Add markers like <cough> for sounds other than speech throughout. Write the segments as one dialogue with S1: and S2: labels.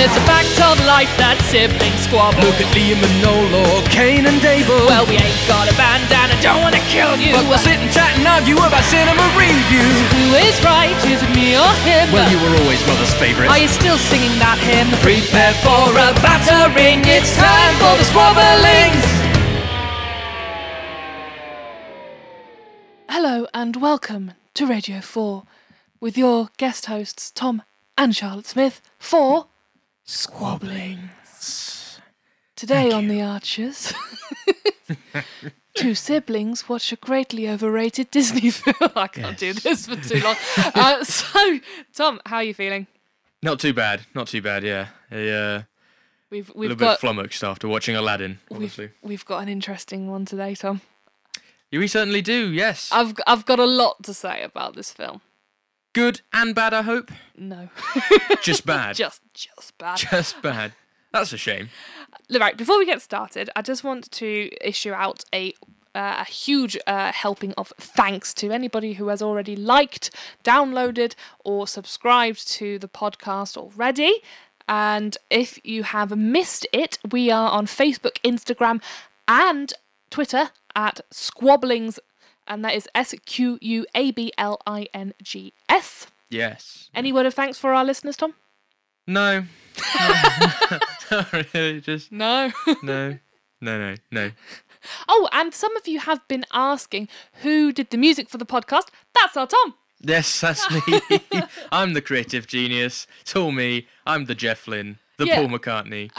S1: it's a fact of life that siblings squabble.
S2: Look at Liam and Noel or Cain and Abel.
S1: Well, we ain't got a bandana, don't wanna kill you.
S2: but we'll sit and chat and argue about cinema reviews.
S1: Who is right? Is it me or him?
S2: Well, you were always mother's favourite.
S1: Are you still singing that hymn?
S2: Prepare for a battering. It's time for the squabblings.
S1: Hello and welcome to Radio 4 with your guest hosts Tom and Charlotte Smith for
S2: Squabblings.
S1: Today on The Archers. <laughs> Two siblings watch a greatly overrated Disney <laughs> film. I can't do this for too
S2: <laughs>
S1: long. Uh, so, Tom, how are you feeling?
S2: Not too bad. Not too bad. Yeah. Yeah.
S1: We've
S2: A
S1: we've
S2: little bit
S1: got
S2: flummoxed after watching Aladdin. Honestly,
S1: we've, we've got an interesting one today, Tom.
S2: we certainly do. Yes.
S1: I've g- I've got a lot to say about
S2: <laughs>
S1: this film.
S2: Good and bad. I
S1: <laughs>
S2: hope.
S1: No,
S2: Just bad.
S1: just just bad.
S2: Just bad. That's a shame.
S1: Right, before we get started, I just want to issue out a uh, a huge uh, helping of thanks to anybody who has already liked, downloaded, or subscribed to the podcast already. And if you have missed it, we are on Facebook, Instagram, and Twitter at Squabblings, and that is S Q U A B L I N G S.
S2: Yes.
S1: Any word of thanks for our listeners, Tom? <laughs>
S2: No. <laughs> No. really, just
S1: No.
S2: no. No, no, no.
S1: Oh, and some of you have been asking who did the music for the podcast. That's our Tom.
S2: Yes, that's
S1: <laughs>
S2: me. I'm the creative genius. It's all me. I'm the Jeff Lynne, the
S1: Yeah.
S2: Paul McCartney.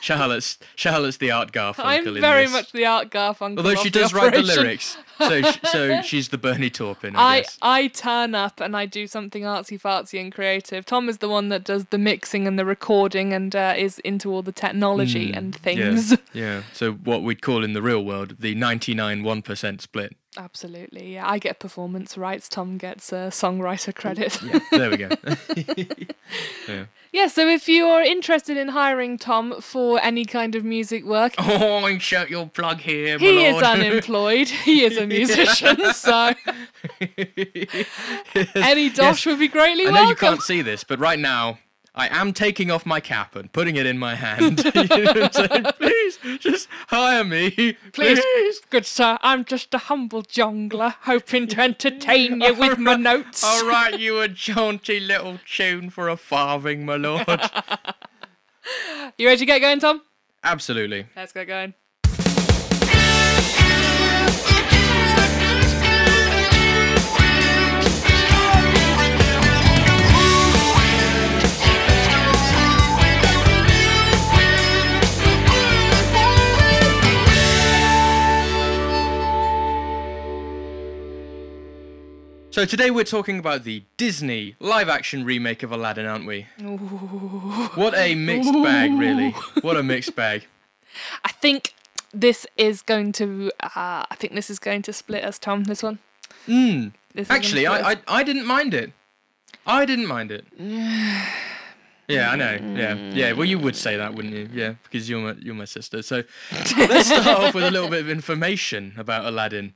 S2: Charlotte's Charlotte's the art Garfunkel.
S1: I'm
S2: in
S1: very
S2: this.
S1: much the Art Garfunkel.
S2: Although
S1: of
S2: she does write the
S1: operation.
S2: lyrics, so
S1: <laughs>
S2: sh- so she's the Bernie Taupin. I,
S1: I,
S2: guess.
S1: I turn up and I do something artsy fartsy and creative. Tom is the one that does the mixing and the recording and uh, is into all the technology and things.
S2: Hmm,
S1: <laughs>
S2: Yeah, yeah. So what we'd call in the real world the 99 1% split.
S1: Absolutely, yeah. I get performance rights. Tom gets uh, songwriter credit.
S2: There we go.
S1: <laughs>
S2: <laughs>
S1: yeah. So if you are interested in hiring Tom for any kind of music work,
S2: oh, insert your plug here, my
S1: he is
S2: lord. <laughs>
S1: unemployed. He is a musician, so any dosh would be greatly
S2: I know you
S1: welcome.
S2: can't see this, but right now I am taking off my cap and putting it in my
S1: <laughs>
S2: hand. <laughs> You know what I'm saying? Please, just hire me.
S1: Please, good sir, I'm just a humble jongler hoping to entertain you
S2: <laughs>
S1: with my notes.
S2: <laughs> I'll write you a jaunty little tune for a farthing, my lord.
S1: <laughs> You ready to get going, Tom?
S2: Absolutely.
S1: Let's get going.
S2: So today we're talking about the Disney live-action remake of Aladdin, aren't we? What a mixed bag, really. What a mixed bag.
S1: I think this is going to. Uh, I think this is going to split us, Tom. This one. This is gonna
S2: Hmm. Actually,
S1: split us.
S2: I, I I didn't mind it. I didn't mind it. Yeah, I know. Yeah, yeah. Well, you would say that, wouldn't you? Yeah, because you're my you're my sister. So let's start off with a little bit of information about Aladdin.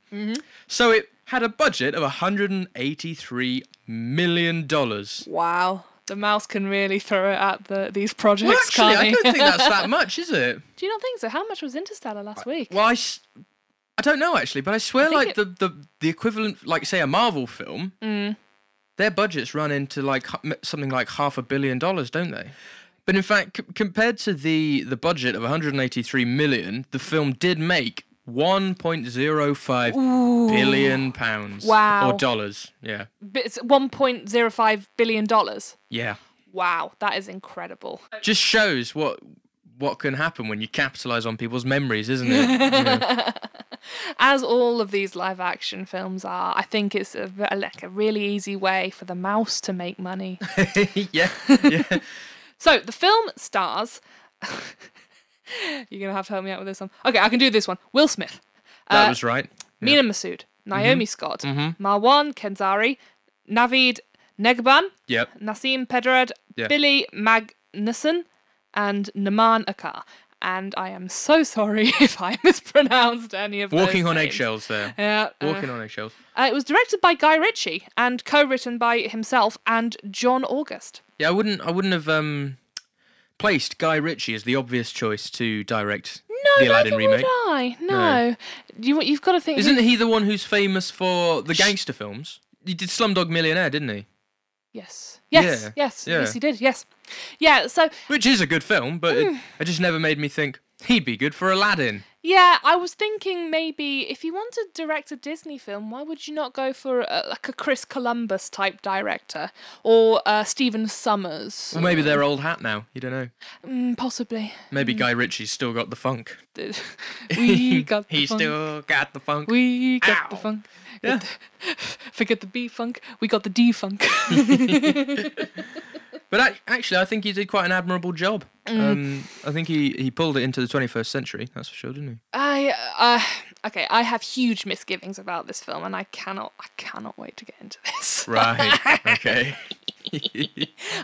S2: So it had a budget of 183 million dollars.
S1: wow, the mouse can really throw it at the these projects,
S2: Well, actually, I
S1: can't
S2: don't
S1: he?
S2: think that's that much, is it?
S1: Do you not think so? How much was Interstellar last week?
S2: Well, I, s- I don't know actually, but I swear,
S1: think
S2: like
S1: it- Mm.
S2: the, the the equivalent, like say a Marvel film, their budgets run into like h- m- something like half a billion dollars, don't they? But in fact, c- compared to the the budget of 183 million, the film did make 1.05 billion pounds
S1: Wow.
S2: or dollars. Yeah,
S1: But It's one point zero five billion dollars.
S2: yeah.
S1: Wow, that is incredible.
S2: Just shows what what can happen when you capitalize on people's memories, isn't it?
S1: <laughs>
S2: Yeah.
S1: as all of these live action films are, I think it's a, ve- like a really easy way for the mouse to
S2: <laughs>
S1: make money.
S2: yeah, yeah.
S1: so the film stars. <laughs> You're gonna have to help me out with this one. Okay, I can do this one. Will Smith,
S2: That
S1: Uh,
S2: was right.
S1: Mina Masood,
S2: Mm-hmm.
S1: Naomi Scott, Marwan Kenzari, Navid Negban,
S2: Yep.
S1: Nassim Pedrad,
S2: Yeah.
S1: Billy Magnuson, and Naman Akar. And I am so sorry <laughs> if I mispronounced any of
S2: Walking
S1: those
S2: on
S1: names.
S2: eggshells there.
S1: Yeah. <laughs> uh,
S2: Walking on eggshells.
S1: Uh, it was directed by Guy Ritchie and co-written by himself and John August.
S2: Yeah, I wouldn't. I wouldn't have um, placed Guy Ritchie as the obvious choice to direct
S1: No,
S2: the Aladdin
S1: neither
S2: remake.
S1: would I. No, you you've got to think.
S2: Isn't he the one who's famous for the gangster films? He did Slumdog Millionaire, didn't he?
S1: Yes. Yes.
S2: Yeah,
S1: Yes.
S2: yeah.
S1: Yes, he did. Yes. Yeah. So
S2: Which is a good film, but
S1: Hmm.
S2: it, it just never made me think he'd be good for Aladdin.
S1: yeah, I was thinking maybe if you want to direct a Disney film, why would you not go for a, like a Chris Columbus type director or uh, Stephen Summers?
S2: Well, maybe they're old hat now. You don't know. <laughs>
S1: Mm, possibly.
S2: Maybe Guy Ritchie's still got the funk.
S1: we Hmm. got the
S2: He's
S1: funk.
S2: still got the funk.
S1: We got the
S2: Ow.
S1: funk.
S2: Yeah.
S1: <laughs> Forget the B funk. We got the D funk.
S2: But ac actually, I think he did quite an admirable job.
S1: Mm.
S2: Um, I think he, he pulled it into the 21st century. That's for sure, didn't he?
S1: I uh, okay. I have huge misgivings about this film, and I cannot, I cannot wait to get into this.
S2: <laughs>
S1: <laughs>
S2: Right. okay.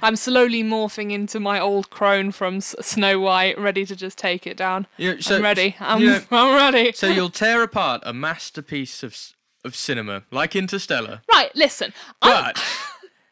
S1: I'm slowly morphing into my old crone from S- Snow White, ready to just take it down.
S2: Yeah, so,
S1: I'm ready. I'm,
S2: yeah.
S1: <laughs> I'm ready.
S2: so you'll tear apart a masterpiece of s- of cinema like
S1: <laughs>
S2: Interstellar,
S1: right, listen. I'm,
S2: but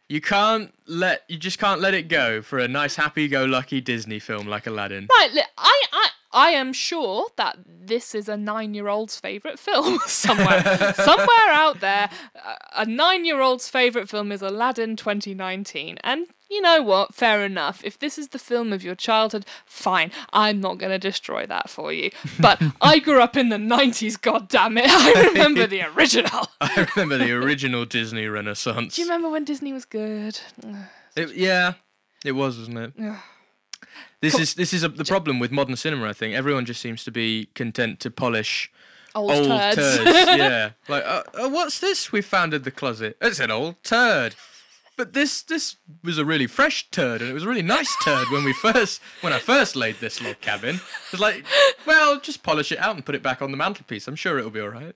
S2: you can't let you just can't let it go for a nice happy-go-lucky Disney film like
S1: <laughs>
S2: Aladdin.
S1: right, li- I, I, I am sure that this is a nine-year-old's favorite film <laughs>
S2: <laughs>
S1: somewhere, somewhere out there. a- A nine-year-old's favorite film is Aladdin 2019, and. You know what? Fair enough. If this is the film of your childhood, fine. I'm not going to destroy that for you.
S2: <laughs>
S1: But I grew up in the 90s, God damn it! <laughs> I
S2: <laughs>
S1: remember the original.
S2: I remember the original Disney Renaissance.
S1: Do you remember when Disney was good?
S2: It- yeah, it was, wasn't it? This is this is a, the problem with modern cinema. I think everyone just seems to be content to polish
S1: Old,
S2: old
S1: turds.
S2: turds.
S1: <laughs>
S2: yeah, like uh, uh, what's this? We found in the closet. It's an old turd. But this this was a really fresh turd, and it was a really nice turd when we first when I first laid this log cabin. It was like, well, just polish it out and put it back on the mantelpiece. I'm sure it'll be all right.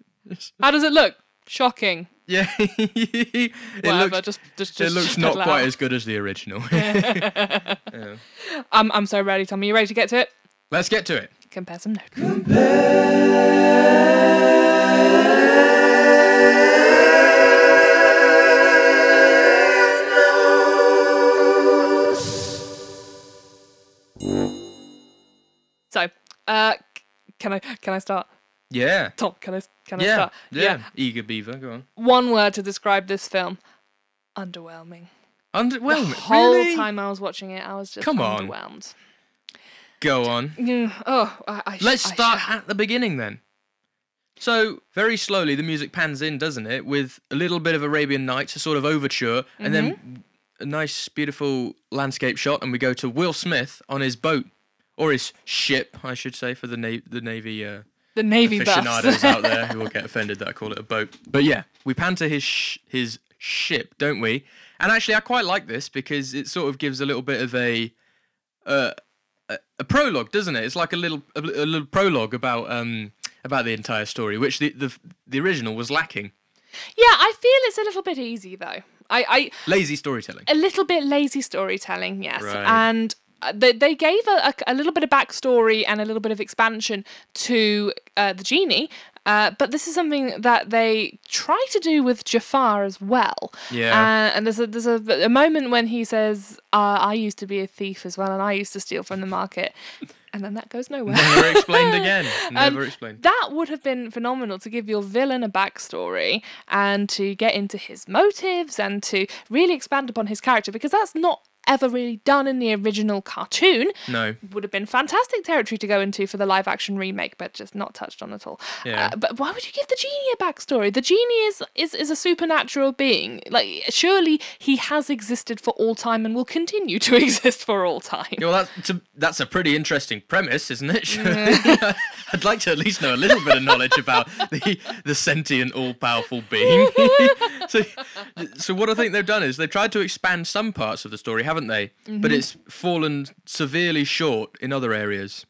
S1: How does it look? Shocking.
S2: Yeah, <laughs> it
S1: Whatever.
S2: looks
S1: just, just,
S2: it
S1: just
S2: looks not quite as good as the original.
S1: I'm, I'm so ready, Tommy. You ready to get to it?
S2: <laughs> Let's get to it.
S1: Compare some notes. So, uh, c- can I can I start?
S2: Yeah.
S1: Tom, can I can I
S2: Yeah,
S1: start?
S2: yeah, Eager beaver, go on.
S1: One word to describe this film: underwhelming.
S2: Underwhelming.
S1: The whole
S2: really?
S1: time I was watching it, I was just
S2: Come on.
S1: underwhelmed.
S2: Go on.
S1: Mm, Oh, I, I sh-
S2: Let's
S1: I sh-
S2: start at the beginning then. So very slowly the music pans in, doesn't it, with a little bit of Arabian Nights, a sort of overture, and then a nice, beautiful landscape shot, and we go to Will Smith on his boat or his ship, I should say, for the na- the navy uh,
S1: the navy
S2: aficionados
S1: buffs.
S2: out there who will <laughs> get offended that I call it a boat. But yeah, we pan to his sh- his ship, don't we? And actually, I quite like this because it sort of gives a little bit of a uh, a, a prologue, doesn't it? It's like a little a, li- a little prologue about um about the entire story, which the the the original was lacking.
S1: <laughs> yeah, I feel it's a little bit easy though. I, I
S2: Lazy storytelling.
S1: a little bit lazy storytelling, yes,
S2: Right.
S1: and uh, they they gave a, a, a little bit of backstory and a little bit of expansion to uh, the genie. Uh, but this is something that they try to do with Jafar as well.
S2: Yeah.
S1: Uh, and there's a there's a, a moment when he says, uh, "I used to be a thief as well, and I used to steal from the market," and then that goes nowhere.
S2: Never explained <laughs> again.
S1: Um,
S2: Never explained.
S1: That would have been phenomenal to give your villain a backstory and to get into his motives and to really expand upon his character because that's not ever really done in the original cartoon.
S2: No.
S1: Would have been fantastic territory to go into for the live action remake, but just not touched on at all.
S2: Yeah.
S1: Uh, but why would you give the genie a backstory? The genie is, is is a supernatural being. Like surely he has existed for all time and will continue to <laughs> exist for all time.
S2: Yeah, well, that's a, that's a pretty interesting premise, isn't it? surely? <laughs> I'd like to at least know a little bit of knowledge about the the sentient, all powerful being.
S1: <laughs>
S2: so, so what I think they've done is they've tried to expand some parts of the story, haven't they?
S1: Mm-hmm.
S2: But it's fallen severely short in other areas.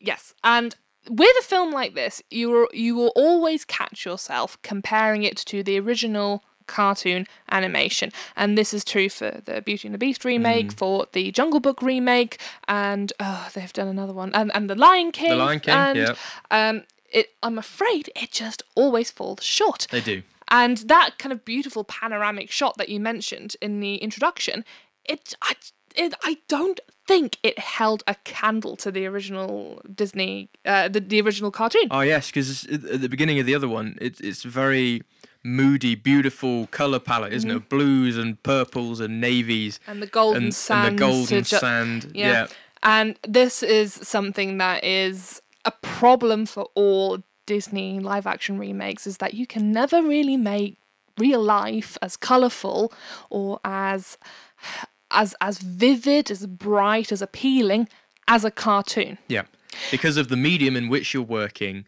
S1: Yes, and with a film like this, you will, you will always catch yourself comparing it to the original cartoon animation, and this is true for the Beauty and the Beast remake,
S2: Mm.
S1: for the Jungle Book remake, and oh, they've done another one, and and the Lion King.
S2: Lion King,
S1: and,
S2: yeah.
S1: Um, it, I'm afraid it just always falls short.
S2: They do.
S1: And that kind of beautiful panoramic shot that you mentioned in the introduction, it I, it, I don't think it held a candle to the original Disney, uh, the, the original cartoon.
S2: Oh yes, because at the beginning of the other one, it's it's very moody, beautiful color palette, isn't it? Blues and purples and navies
S1: Mm-hmm. and the golden
S2: and,
S1: sand.
S2: and the
S1: to
S2: golden
S1: ju-
S2: sand.
S1: Yeah. And this is something that is a problem for all Disney live action remakes is that you can never really make real life as colorful or as as as vivid, as bright, as appealing as a cartoon.
S2: yeah, Because of the medium in which you're working,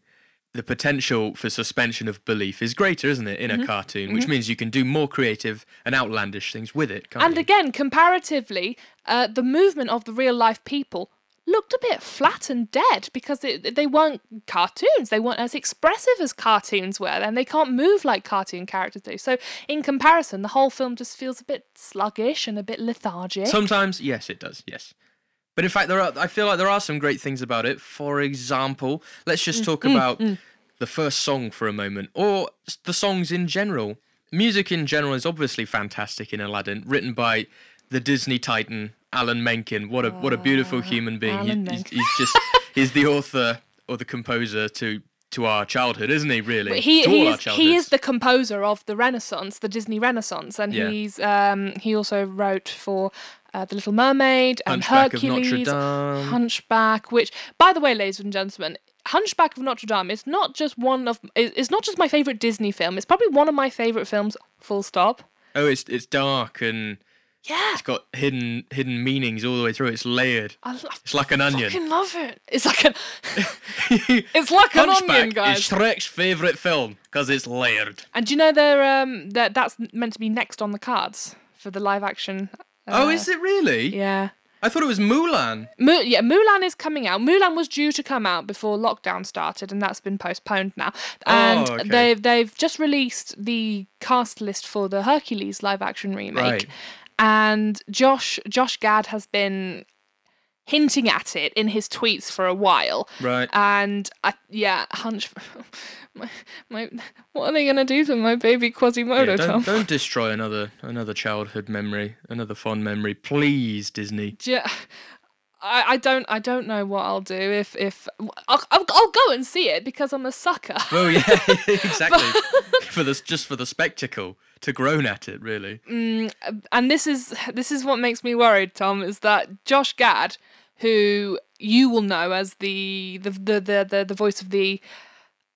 S2: the potential for suspension of belief is greater, isn't it, in a cartoon? Which means you can do more creative and outlandish things with it. Can't
S1: And
S2: you?
S1: again, comparatively, uh, the movement of the real life people looked a bit flat and dead because it, they weren't cartoons. They weren't as expressive as cartoons were, and they can't move like cartoon characters do. So, in comparison, the whole film just feels a bit sluggish and a bit lethargic.
S2: Sometimes, yes, it does. Yes. But in fact, there are. I feel like there are some great things about it. For example, let's
S1: Mm,
S2: just talk about the first song for a moment, or s- the songs in general. Music in general is obviously fantastic in Aladdin, written by the Disney Titan Alan Menken. What a what a beautiful human being. He-
S1: Alan
S2: he's,
S1: Menken.
S2: he's
S1: <laughs>
S2: just he's the author or the composer to to our childhood, isn't he? Really,
S1: he,
S2: to
S1: he,
S2: all our
S1: is, he is
S2: childhoods.
S1: the composer of the Renaissance, the Disney Renaissance, and
S2: Yeah.
S1: he's um, he also wrote for uh, The Little Mermaid and
S2: Hunchback of Notre
S1: Hercules,
S2: Dame.
S1: Hunchback. Which, by the way, ladies and gentlemen, Hunchback of Notre Dame is not just one of is is not just my favorite Disney film. It's probably one of my favorite films. Full stop.
S2: Oh, it's it's dark and
S1: Yeah,
S2: it's got hidden hidden meanings all the way through. It's layered. <laughs>
S1: I love.
S2: It's like an onion.
S1: Fucking love it. It's
S2: <laughs>
S1: like an, it's like an onion,
S2: Hunchback
S1: guys.
S2: is Shrek's favourite film because it's layered.
S1: and do you know they're um that that's meant to be next on the cards for the live action?
S2: oh,
S1: uh,
S2: is it really?
S1: Yeah.
S2: I thought it was Mulan.
S1: Mu- yeah, Mulan is coming out. Mulan was due to come out before lockdown started, and that's been postponed now. And
S2: Oh, okay.
S1: they've they've just released the cast list for the Hercules live action remake,
S2: Right.
S1: and Josh Josh Gad has been hinting at it in his tweets for a while.
S2: Right.
S1: And I, yeah, hunch. <laughs> My, my, what are they gonna do to my baby Quasimodo,
S2: Yeah,
S1: Tom?
S2: don't, don't destroy another another childhood memory, another fond memory, please, Disney.
S1: Ju- I, I don't I don't know what I'll do if if I'll, I'll, I'll go and see it because I'm a sucker.
S2: Oh yeah, <laughs> exactly.
S1: <laughs>
S2: for this, just for the spectacle, to groan at it, really.
S1: Mm, And this is this is what makes me worried, Tom, is that Josh Gad, who you will know as the the the the, the, the voice of the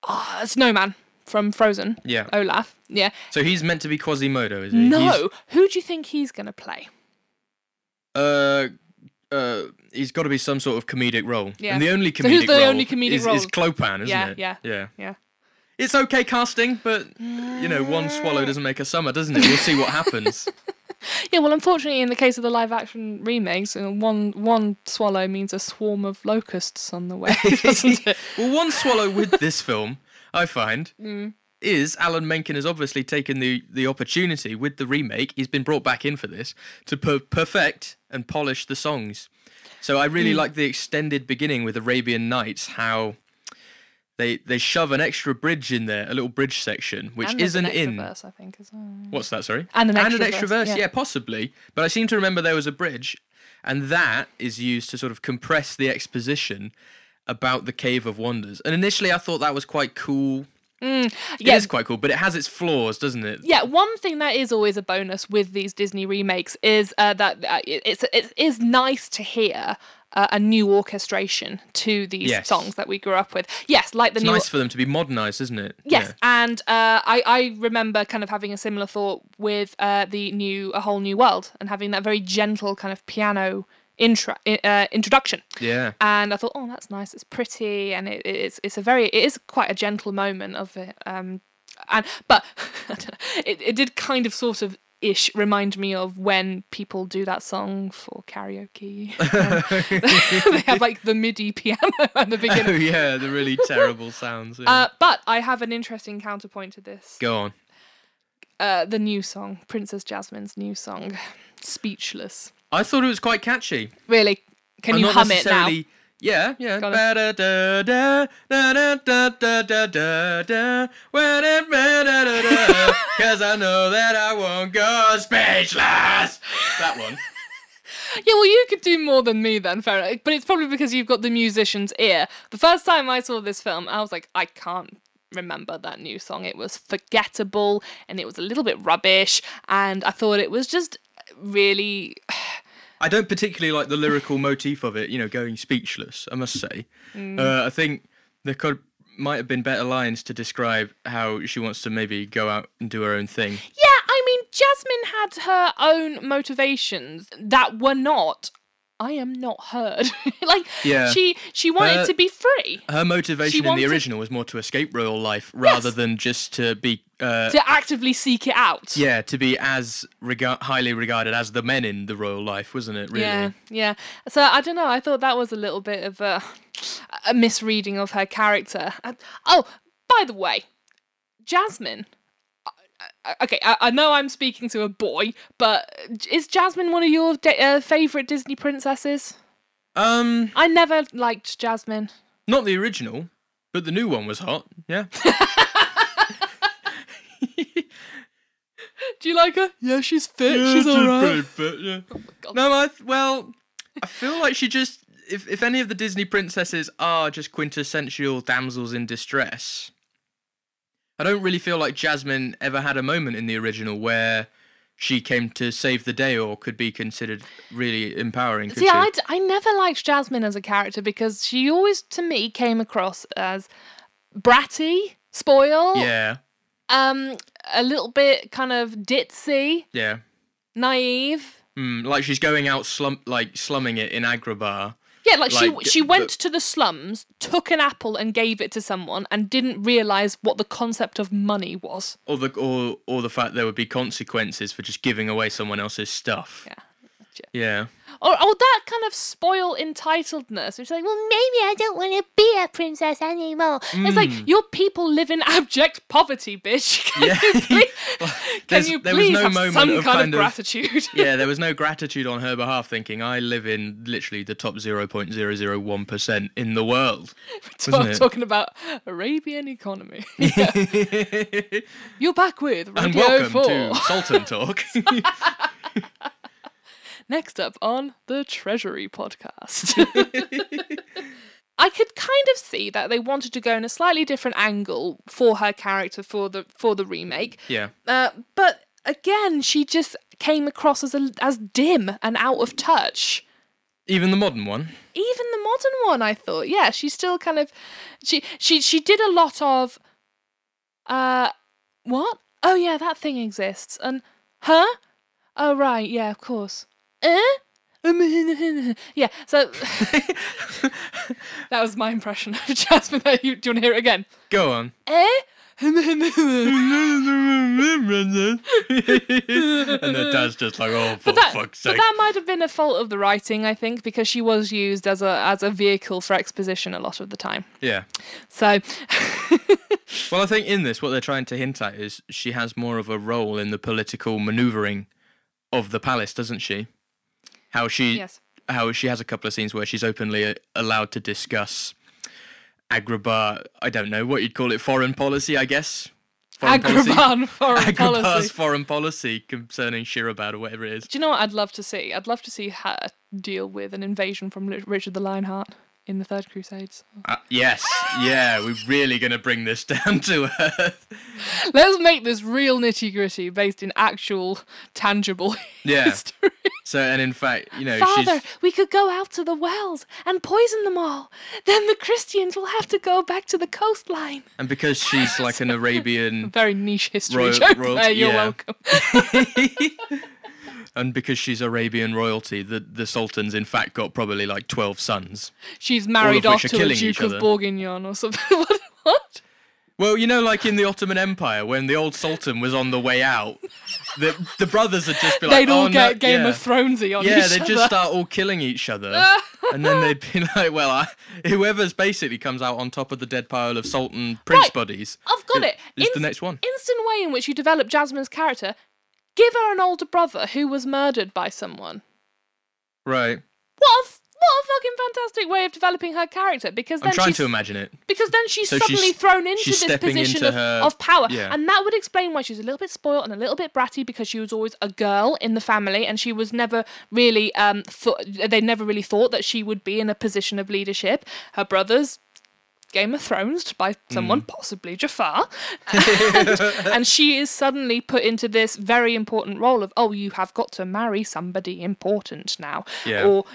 S1: uh, snowman from Frozen,
S2: Yeah.
S1: Olaf, yeah.
S2: So he's meant to be Quasimodo, is he?
S1: No,
S2: He's,
S1: who do you think he's gonna play?
S2: uh, uh, he's got to be some sort of comedic role.
S1: Yeah.
S2: And the only comedic
S1: So who's the
S2: role,
S1: only comedic
S2: is, is
S1: role?
S2: Clopin, isn't
S1: Yeah,
S2: it?
S1: yeah.
S2: Yeah.
S1: Yeah.
S2: It's okay casting, but you know, one swallow doesn't make a summer, doesn't it? We'll see what
S1: <laughs>
S2: happens.
S1: Yeah, well, unfortunately, in the case of the live action remakes, uh, one one swallow means a swarm of locusts on the way. <laughs> doesn't it?
S2: well, one swallow with this film, I find,
S1: Mm.
S2: is Alan Menken has obviously taken the the opportunity with the remake. He's been brought back in for this to per- perfect and polish the songs. So I
S1: Mm.
S2: really like the extended beginning with Arabian Nights. How they they shove an extra bridge in there, a little bridge section, which
S1: And there's an
S2: isn't
S1: extra
S2: in.
S1: verse, I think, as well.
S2: What's that? Sorry.
S1: And an extra
S2: verse.
S1: verse,
S2: Yeah.
S1: yeah.
S2: possibly. But I seem to remember there was a bridge, and that is used to sort of compress the exposition about the Cave of Wonders. And initially, I thought that was quite cool. It
S1: Yeah,
S2: is quite cool, but it has its flaws, doesn't it?
S1: yeah. One thing that is always a bonus with these Disney remakes is uh, that uh, it- it's it is nice to hear. Uh, a new orchestration to these
S2: Yes.
S1: songs that we grew up with. Yes, like the
S2: It's
S1: new
S2: nice for them to be modernized, isn't it?
S1: Yes, and uh, I I remember kind of having a similar thought with uh, the new A Whole New World and having that very gentle kind of piano intro i- uh, introduction.
S2: Yeah. yeah.
S1: And I thought, oh, that's nice. It's pretty, and it, it's it's a very it is quite a gentle moment of it. Um, and but <laughs> I don't know, it it did kind of sort of ish remind me of when people do that song for karaoke. <laughs> Um, <laughs> they have like the MIDI piano <laughs> at the
S2: Oh,
S1: beginning.
S2: yeah, <laughs> the
S1: <laughs>
S2: really terrible sounds. yeah.
S1: Uh, but I have an interesting counterpoint to this.
S2: Go on.
S1: uh, the new song, Princess Jasmine's new song, Speechless.
S2: I thought it was quite catchy.
S1: Really? Can
S2: I'm
S1: you
S2: not
S1: hum it now?
S2: necessarily. Yeah, yeah.
S1: Got
S2: Ba-da-da-da, da-da-da-da-da-da, wa-da-ba-da-da-da, Cause I know that I won't go speechless. That one.
S1: Yeah, well, you could do more than me then, fair enough. But it's probably because you've got the musician's ear. The first time I saw this film, I was like, I can't remember that new song. It was forgettable and it was a little bit rubbish. And I thought it was just really.
S2: I don't particularly like the lyrical motif of it, you know, going speechless, I must say.
S1: Mm.
S2: Uh, I think there could might have been better lines to describe how she wants to maybe go out and do her own thing.
S1: Yeah, I mean, Jasmine had her own motivations that were not. I am not heard. <laughs> like
S2: Yeah.
S1: she she wanted
S2: But-
S1: to be free.
S2: Her motivation in
S1: wanted-
S2: the original was more to escape royal life rather than just to be uh,
S1: to actively seek it out.
S2: yeah, to be as rega- highly regarded as the men in the royal life, wasn't it really?
S1: Yeah, yeah. So I don't know. I thought that was a little bit of a, a misreading of her character. And- oh, by the way, Jasmine. I- I- Okay, I, I know I'm speaking to a boy, but is Jasmine one of your da- uh, favorite Disney princesses?
S2: Um,
S1: I never liked Jasmine.
S2: not the original, but the new one was hot. Yeah.
S1: Do you like her? Yeah, <laughs> she's fit. God.
S2: No, I th- well, I feel like she just if if any of the Disney princesses are just quintessential damsels in distress. I don't really feel like Jasmine ever had a moment in the original where she came to save the day or could be considered really empowering. Could
S1: See,
S2: she?
S1: I, d- I never liked Jasmine as a character because she always, to me, came across as bratty, spoiled,
S2: yeah,
S1: um a little bit kind of ditzy,
S2: yeah.
S1: naive.
S2: Mm, like she's going out slum like slumming it in Agrabah.
S1: Yeah, like,
S2: Like,
S1: she she went
S2: but-
S1: to the slums, took an apple and gave it to someone and didn't realize what the concept of money was.
S2: Or the or, or the fact there would be consequences for just giving away someone else's stuff.
S1: Yeah.
S2: Yeah.
S1: Or or Oh, that kind of spoil entitledness, which is like, well,
S3: Maybe I don't want to be a princess anymore.
S1: it's like your people live in abject poverty, bitch. <laughs> <laughs> Can
S2: Mm. Yeah.
S1: you please, can
S2: <laughs> There's-
S1: you
S2: there was
S1: please
S2: no
S1: have
S2: moment
S1: some
S2: of
S1: kind, of
S2: kind of-
S1: gratitude? <laughs>
S2: yeah, there was no gratitude on her behalf, thinking I live in literally the top 0.001% in the world.
S1: <laughs>
S2: wasn't it?
S1: Talking about Arabian economy. You're back with Radio
S2: and welcome
S1: 4. <laughs>
S2: to Sultan Talk. <laughs>
S1: Next up on the Treasury podcast. I could kind of see that they wanted to go in a slightly different angle for her character for the for the remake.
S2: yeah.
S1: Uh, but again, she just came across as a, as dim and out of touch.
S2: Even the modern one.
S1: Even the modern one, I thought, yeah, she still kind of she she she did a lot of uh what? Oh yeah, that thing exists. And huh? Oh right, yeah, of course. Eh? <laughs> yeah,
S2: <laughs>
S1: so that was my impression of <laughs> Jasmine. You, do you want to hear it again?
S2: Go
S1: <laughs>
S2: on. <laughs>
S1: Eh?
S2: and the dad's just like, oh, for
S1: But that,
S2: fuck's
S1: but
S2: sake.
S1: that might have been a fault of the writing, I think, because she was used as a as a vehicle for exposition a lot of the time.
S2: yeah.
S1: So, <laughs>
S2: Well, I think in this, what they're trying to hint at is she has more of a role in the political manoeuvring of the palace, doesn't she? How she
S1: Yes.
S2: how she has a couple of scenes where she's openly uh, allowed to discuss Agrabah. I don't know what you'd call it, foreign policy, I guess. Foreign policy. <laughs>
S1: Agrabah foreign
S2: Agrabah's
S1: <laughs> policy.
S2: foreign policy concerning Shirabad or whatever it is.
S1: Do you know what I'd love to see? I'd love to see her deal with an invasion from Li- Richard the Lionheart in the Third Crusades.
S2: Uh, yes, yeah, we're really going to bring this <laughs> down to
S1: <laughs>
S2: earth.
S1: Let's make this real nitty gritty based in actual, tangible
S2: Yeah.
S1: <laughs> history.
S2: So, and in fact, you know,
S1: Father,
S2: she's.
S1: we could go out to the wells and poison them all. Then the Christians will have to go back to the coastline.
S2: And because she's like an Arabian
S1: Very niche history
S2: Royal-
S1: joke
S2: royalty-
S1: there. You're
S2: yeah.
S1: welcome.
S2: and because she's Arabian royalty, the, the sultans in fact got probably like twelve sons.
S1: She's married
S2: which
S1: off
S2: are
S1: to the
S2: killing each
S1: Duke of
S2: other.
S1: Bourguignon or something. <laughs> what? what?
S2: Well, you know, like in the Ottoman Empire, when the old sultan was on the way out, the the brothers would just be like,
S1: They'd all
S2: "Oh,
S1: get
S2: no,
S1: Game
S2: yeah.
S1: of Thronesy on
S2: Yeah,
S1: each
S2: they'd
S1: other.
S2: just start all killing each other, and then they'd be <laughs> like, "Well, I, whoever's basically comes out on top of the dead pile of sultan prince
S1: Right.
S2: bodies."
S1: I've got it.
S2: Is the
S1: Inst-
S2: next one?
S1: Instant way in which you develop Jasmine's character. Give her an older brother who was murdered by someone.
S2: Right.
S1: What a, f- What a fucking fantastic way of developing her character because then
S2: I'm trying
S1: she's,
S2: to imagine it.
S1: because then she's
S2: So she's-
S1: suddenly thrown into
S2: she's
S1: this
S2: stepping
S1: position
S2: into
S1: of,
S2: her-
S1: of power.
S2: yeah.
S1: And that would explain why she's a little bit spoiled and a little bit bratty because she was always a girl in the family and she was never really um thought they never really thought that she would be in a position of leadership. Her brothers Game of Thrones by someone,
S2: Mm.
S1: possibly Jafar. and, <laughs> and she is suddenly put into this very important role of, oh, you have got to marry somebody important now.
S2: Yeah.
S1: Or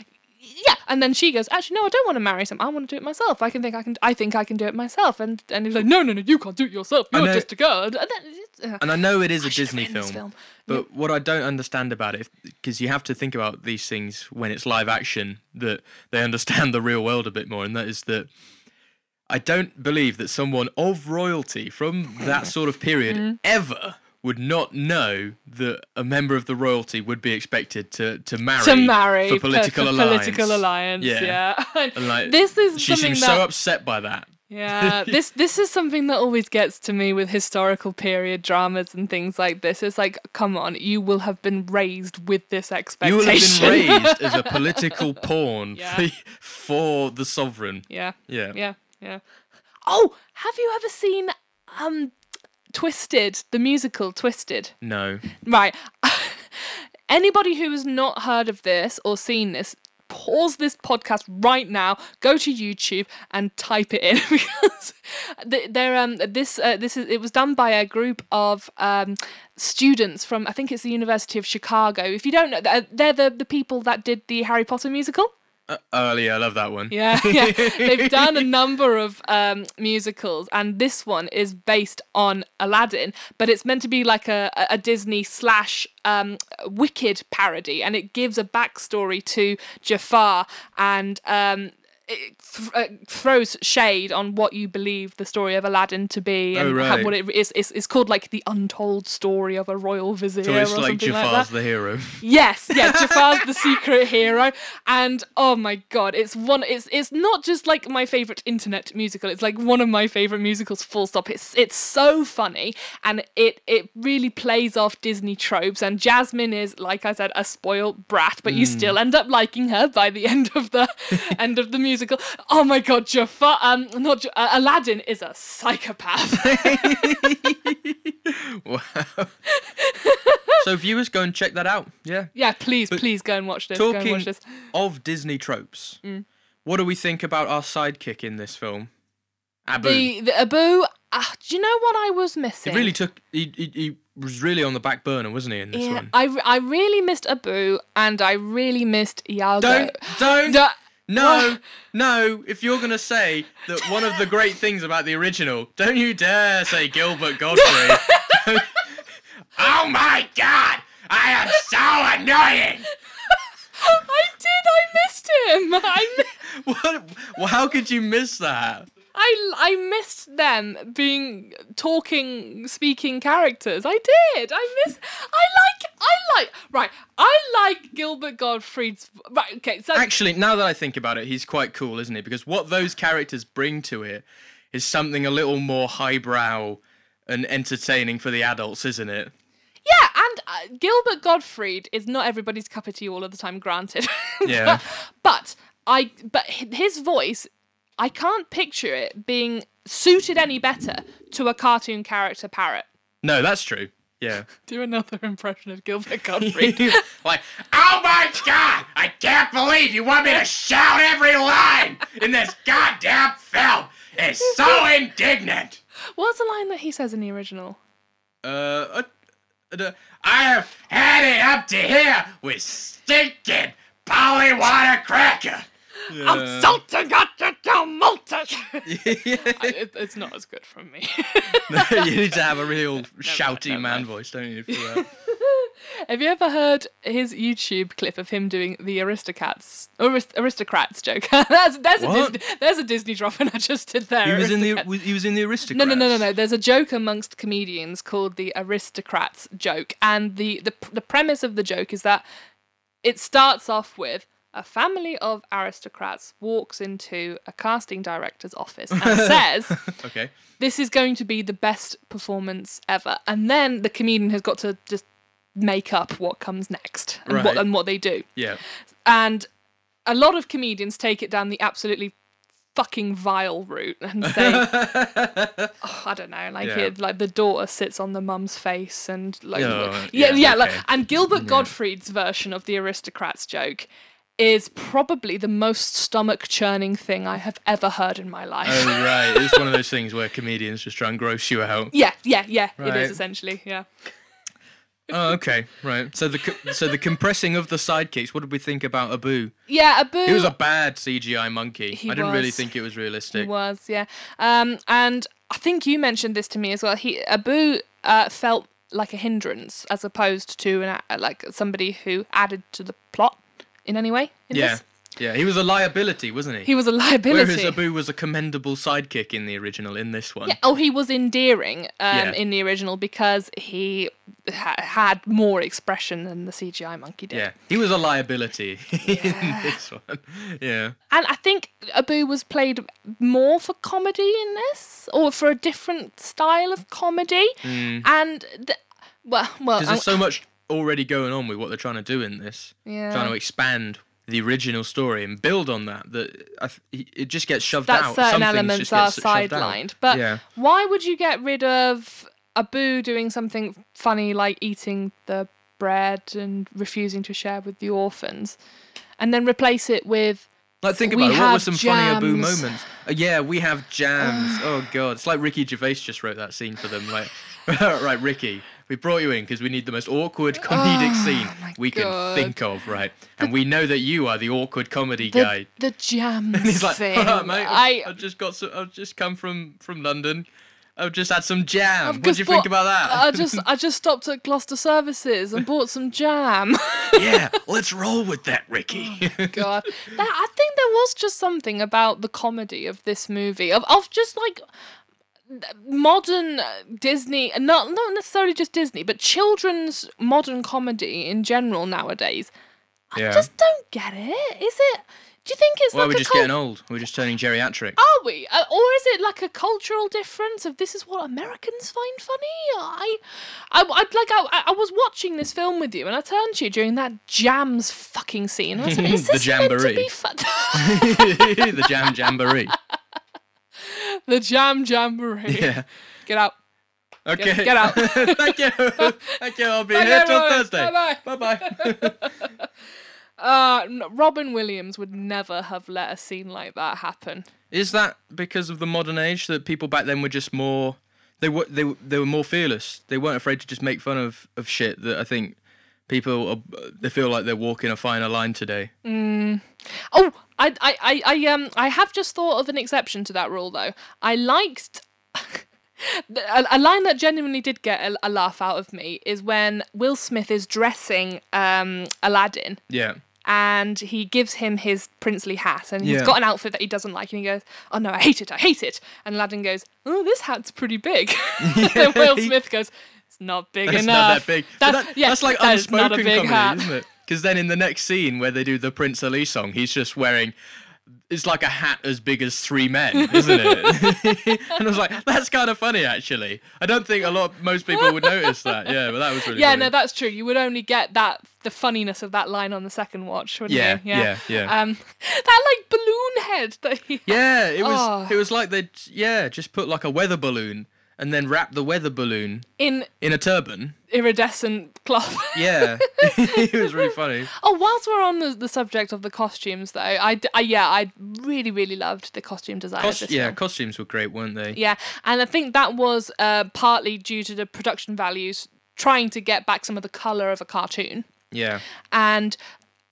S1: yeah, and then she goes, actually, no, I don't want to marry someone. I want to do it myself. I can think I can. I think I can do it myself. And and he was like, no, no, no, you can't do it yourself.
S2: I
S1: You're
S2: know-
S1: just a girl. And then, uh,
S2: And I know it is a
S1: should have
S2: Disney
S1: written this
S2: film,
S1: film.
S2: but what I don't understand about it, because you have to think about these things when it's live action, that they understand the real world a bit more, and that is that I don't believe that someone of royalty from that sort of period
S1: Mm-hmm.
S2: ever would not know that a member of the royalty would be expected to, to marry
S1: to marry
S2: for political
S1: for
S2: alliance.
S1: Political alliance. Yeah. <laughs>
S2: And like,
S1: this is
S2: she
S1: something
S2: seems
S1: that
S2: so upset by that.
S1: Yeah, this this is something that always gets to me with historical period dramas and things like this. It's like, come on, you will have been raised with this
S2: You will have
S1: expectation.
S2: been raised as a political pawn
S1: Yeah.
S2: <laughs> for the sovereign.
S1: <laughs> yeah,
S2: Yeah.
S1: yeah, yeah. Oh, have you ever seen um, Twisted, the musical Twisted?
S2: No.
S1: Right. <laughs> Anybody who has not heard of this or seen this, pause this podcast right now. Go to YouTube and type it in <laughs> because th- there um this uh, this is it was done by a group of um students from I think it's the University of Chicago. If you don't know, they're- they're the the people that did the Harry Potter musical.
S2: Uh, oh yeah, I love that one.
S1: Yeah, <laughs> yeah. They've done
S2: <laughs>
S1: a number of um, musicals, and this one is based on Aladdin, but it's meant to be like a, a Disney slash um, Wicked parody, and it gives a backstory to Jafar and. Um, it th- uh, throws shade on what you believe the story of Aladdin to be, and
S2: Oh,
S1: how-
S2: right.
S1: what it is. It's, it's called like the untold story of a royal vizier
S2: So it's
S1: or
S2: like
S1: something
S2: Jafar's
S1: like that.
S2: the hero.
S1: Yes, yeah, Jafar's
S2: <laughs>
S1: the secret hero, and oh my god, it's one. It's it's not just like my favorite internet musical. It's like one of my favorite musicals. Full stop. It's it's so funny, and it it really plays off Disney tropes. And Jasmine is, like I said, a spoiled brat, but you
S2: Hmm.
S1: still end up liking her by the <laughs> end
S2: <laughs>
S1: of the end of the musical. Oh my god, Jafar, um, not Ja- uh, Aladdin is a
S2: <laughs>
S1: psychopath. <laughs>
S2: Wow. so viewers, go and check that out. Yeah.
S1: yeah, please, please go and watch this. go and
S2: Talking
S1: watch this. Mm.
S2: of Disney tropes, what do we think about our sidekick in this film, Abu?
S1: The, the Abu. Uh, do you know what I was
S2: he
S1: missing?
S2: really took. He, he he was really on the back burner, wasn't he? In this
S1: yeah,
S2: one.
S1: I, re- I really missed Abu and I really missed Iago. <laughs>
S2: Don't don't.
S1: Duh.
S2: no, no. If you're gonna say that one of the great things about the original, don't you dare say Gilbert Godfrey. <laughs> oh my God! I am so annoying.
S1: <gasps> I did. I missed him. <laughs> I, mi-
S2: What? well, How could you miss that?
S1: I, I missed them being talking, speaking characters. I did. I miss. I like. I like. Right. I like Gilbert Gottfried's. Right. Okay. So
S2: Actually, now that I think about it, he's quite cool, isn't he? Because what those characters bring to it is something a little more highbrow and entertaining for the adults, isn't it?
S1: Yeah, and uh, Gilbert Gottfried is not everybody's cup of tea all of the time. Granted, <laughs>
S2: Yeah. <laughs>
S1: but I but hi- his voice, I can't picture it being suited any better to a cartoon character parrot.
S2: No, that's true. Yeah.
S1: Do another <laughs> impression
S2: <laughs>
S1: of Gilbert Gottfried.
S2: like, oh my god, I can't believe you want me to shout every line in this goddamn film. It's so indignant.
S1: What's the line that he says in the original?
S2: Uh, I, I have had it up to here with stinking poly water cracker.
S1: I'm salting got to tell Malta. It, it's not as good from me.
S2: <laughs> you need to have a <laughs> real shouty man voice, don't you? For that?
S1: <laughs> Have you ever heard his YouTube clip of him doing the Aristocats Arist- Aristocrats joke? <laughs> there's, there's, a
S2: What?
S1: Disney, there's a Disney drop, and I just did there.
S2: he was in the
S1: Aristocats.
S2: was- he was in the aristocrats.
S1: No, no, no, no, no. There's a joke amongst comedians called the aristocrats joke, and the the the premise of the joke is that it starts off with a family of aristocrats walks into a casting director's office and says
S2: Okay.
S1: this is going to be the best performance ever. And then the comedian has got to just make up what comes next and,
S2: Right.
S1: what, and what they do.
S2: Yeah.
S1: And a lot of comedians take it down the absolutely fucking vile route
S2: <laughs>
S1: and say, oh, I don't know, like
S2: Yeah.
S1: it, like the daughter sits on the mum's face and like
S2: Oh,
S1: yeah, yeah,
S2: yeah,
S1: like,
S2: okay.
S1: and Gilbert Gottfried's version of the aristocrats joke is probably the most stomach churning thing I have ever heard in my life.
S2: Oh right, it's one of those things where comedians just try and gross you out.
S1: yeah, yeah, yeah. It
S2: Right.
S1: is essentially, yeah.
S2: Oh okay, right. So the co- so the compressing of the sidekicks. What did we think about Abu?
S1: Yeah, Abu
S2: He was a bad CGI monkey.
S1: He
S2: I didn't really
S1: was.
S2: think it was realistic.
S1: was, yeah. Um, and I think you mentioned this to me as well. He Abu uh, felt like a hindrance as opposed to an, a- like somebody who added to the plot in any way. In
S2: yeah,
S1: this.
S2: yeah. He was a liability, wasn't he?
S1: he was a liability.
S2: Whereas Abu was a commendable sidekick in the original. In this one,
S1: Yeah, oh, he was endearing um,
S2: Yeah.
S1: in the original because he ha- had more expression than the CGI monkey did.
S2: Yeah, he was a liability <laughs> in this one. Yeah.
S1: And I think Abu was played more for comedy in this, or for a different style of comedy.
S2: Mm.
S1: And the, well, well,
S2: Because
S1: I'm-
S2: there's so much already going on with what they're trying to do in this.
S1: Yeah.
S2: Trying to expand the original story and build on that. That I th- it just gets shoved
S1: that
S2: out.
S1: certain
S2: Some things
S1: elements
S2: just
S1: are
S2: get shoved out.
S1: sidelined. But
S2: yeah.
S1: why would you get rid of Abu doing something funny like eating the bread and refusing to share with the orphans, and then replace it with
S2: Like think
S1: we
S2: about it. What were
S1: have
S2: some funny Abu
S1: jams.
S2: moments? Uh, yeah, we have
S1: <sighs>
S2: jams. oh god, it's like Ricky Gervais just wrote that scene for them. Like, <laughs> right, Ricky, we brought you in because we need the most awkward comedic scene
S1: Oh, my
S2: we
S1: God.
S2: can think of, right? And we know that you are the awkward comedy
S1: the,
S2: guy. <laughs>
S1: the jam
S2: He's like,
S1: thing?
S2: "Alright, mate, I've,
S1: I
S2: I've just got some, I've just come from from London. I've just had some jam. What do
S1: just
S2: you
S1: bought-
S2: think about that?
S1: I just I just stopped at Gloucester Services and bought some jam. <laughs>
S2: <laughs> yeah, let's roll with that, Ricky.
S1: God, That- I think there was just something about the comedy of this movie of of just like modern uh, Disney, and not not necessarily just Disney, but children's modern comedy in general nowadays.
S2: yeah.
S1: Just don't get it. Is it? Do you think it's
S2: Why are
S1: like
S2: we
S1: a
S2: just
S1: cult-
S2: getting old? We're just turning
S1: <laughs>
S2: geriatric. <laughs>
S1: Are we? Uh, or is it like a cultural difference of this is what Americans find funny? I, I, I like I, I was watching this film with you, and I turned to you during that jams fucking scene,
S2: <laughs>
S1: and I said, "Is
S2: The
S1: this meant to
S2: jamboree.
S1: be <laughs> fun?"
S2: the jam jamboree. <laughs>
S1: the jam jamboree.
S2: Yeah.
S1: Get out.
S2: Okay.
S1: get
S2: <laughs>
S1: out.
S2: Thank
S1: <laughs>
S2: you. Thank you. I'll be here till
S1: everyone.
S2: Thursday.
S1: Bye-bye.
S2: Bye bye.
S1: Uh, n- Robin Williams would never have let a scene like that happen.
S2: <laughs> Is that because of the modern age that people back then were just more they were they were- they were more fearless. They weren't afraid to just make fun of of shit that I think people are, they feel like they're walking a finer line today.
S1: Mm. Oh, I, I, I, I, um, I have just thought of an exception to that rule though. I liked <laughs> the- a, a line that genuinely did get a, a laugh out of me is when Will Smith is dressing um Aladdin
S2: Yeah.
S1: and he gives him his princely hat and he's
S2: Yeah.
S1: got an outfit that he doesn't like and he goes, "Oh no, I hate it. I hate it." And Aladdin goes, "Oh, this hat's pretty big." <laughs> then
S2: <laughs>
S1: Will Smith goes, "It's not big
S2: That's
S1: enough."
S2: not that big. But
S1: That's,
S2: that-
S1: yeah,
S2: that's like
S1: that is
S2: unspoken
S1: not a big
S2: comedy,
S1: hat.
S2: isn't it? Because then in the next scene where they do the Prince Ali song, he's just wearing. It's like a hat as big as three men, isn't it? <laughs> and I was like, that's kind of funny, actually. I don't think a lot, most people would notice that. Yeah, but that was really
S1: Yeah,
S2: funny.
S1: no, that's true. You would only get that the funniness of that line on the second watch, wouldn't
S2: Yeah,
S1: you?
S2: yeah, yeah.
S1: Um, <laughs> that like balloon head that he.
S2: yeah, it was.
S1: Oh.
S2: It was like they, would yeah, just put like a weather balloon and then wrap the weather balloon
S1: in
S2: in a turban.
S1: iridescent cloth. <laughs>
S2: Yeah, <laughs> it was really funny.
S1: oh, whilst we're on the, the subject of the costumes, though, I, d- I- yeah, I really really loved the costume design.
S2: Cos-
S1: of this
S2: yeah,
S1: film.
S2: costumes were great, weren't they?
S1: yeah, and I think that was uh, partly due to the production values trying to get back some of the color of a cartoon.
S2: Yeah.
S1: and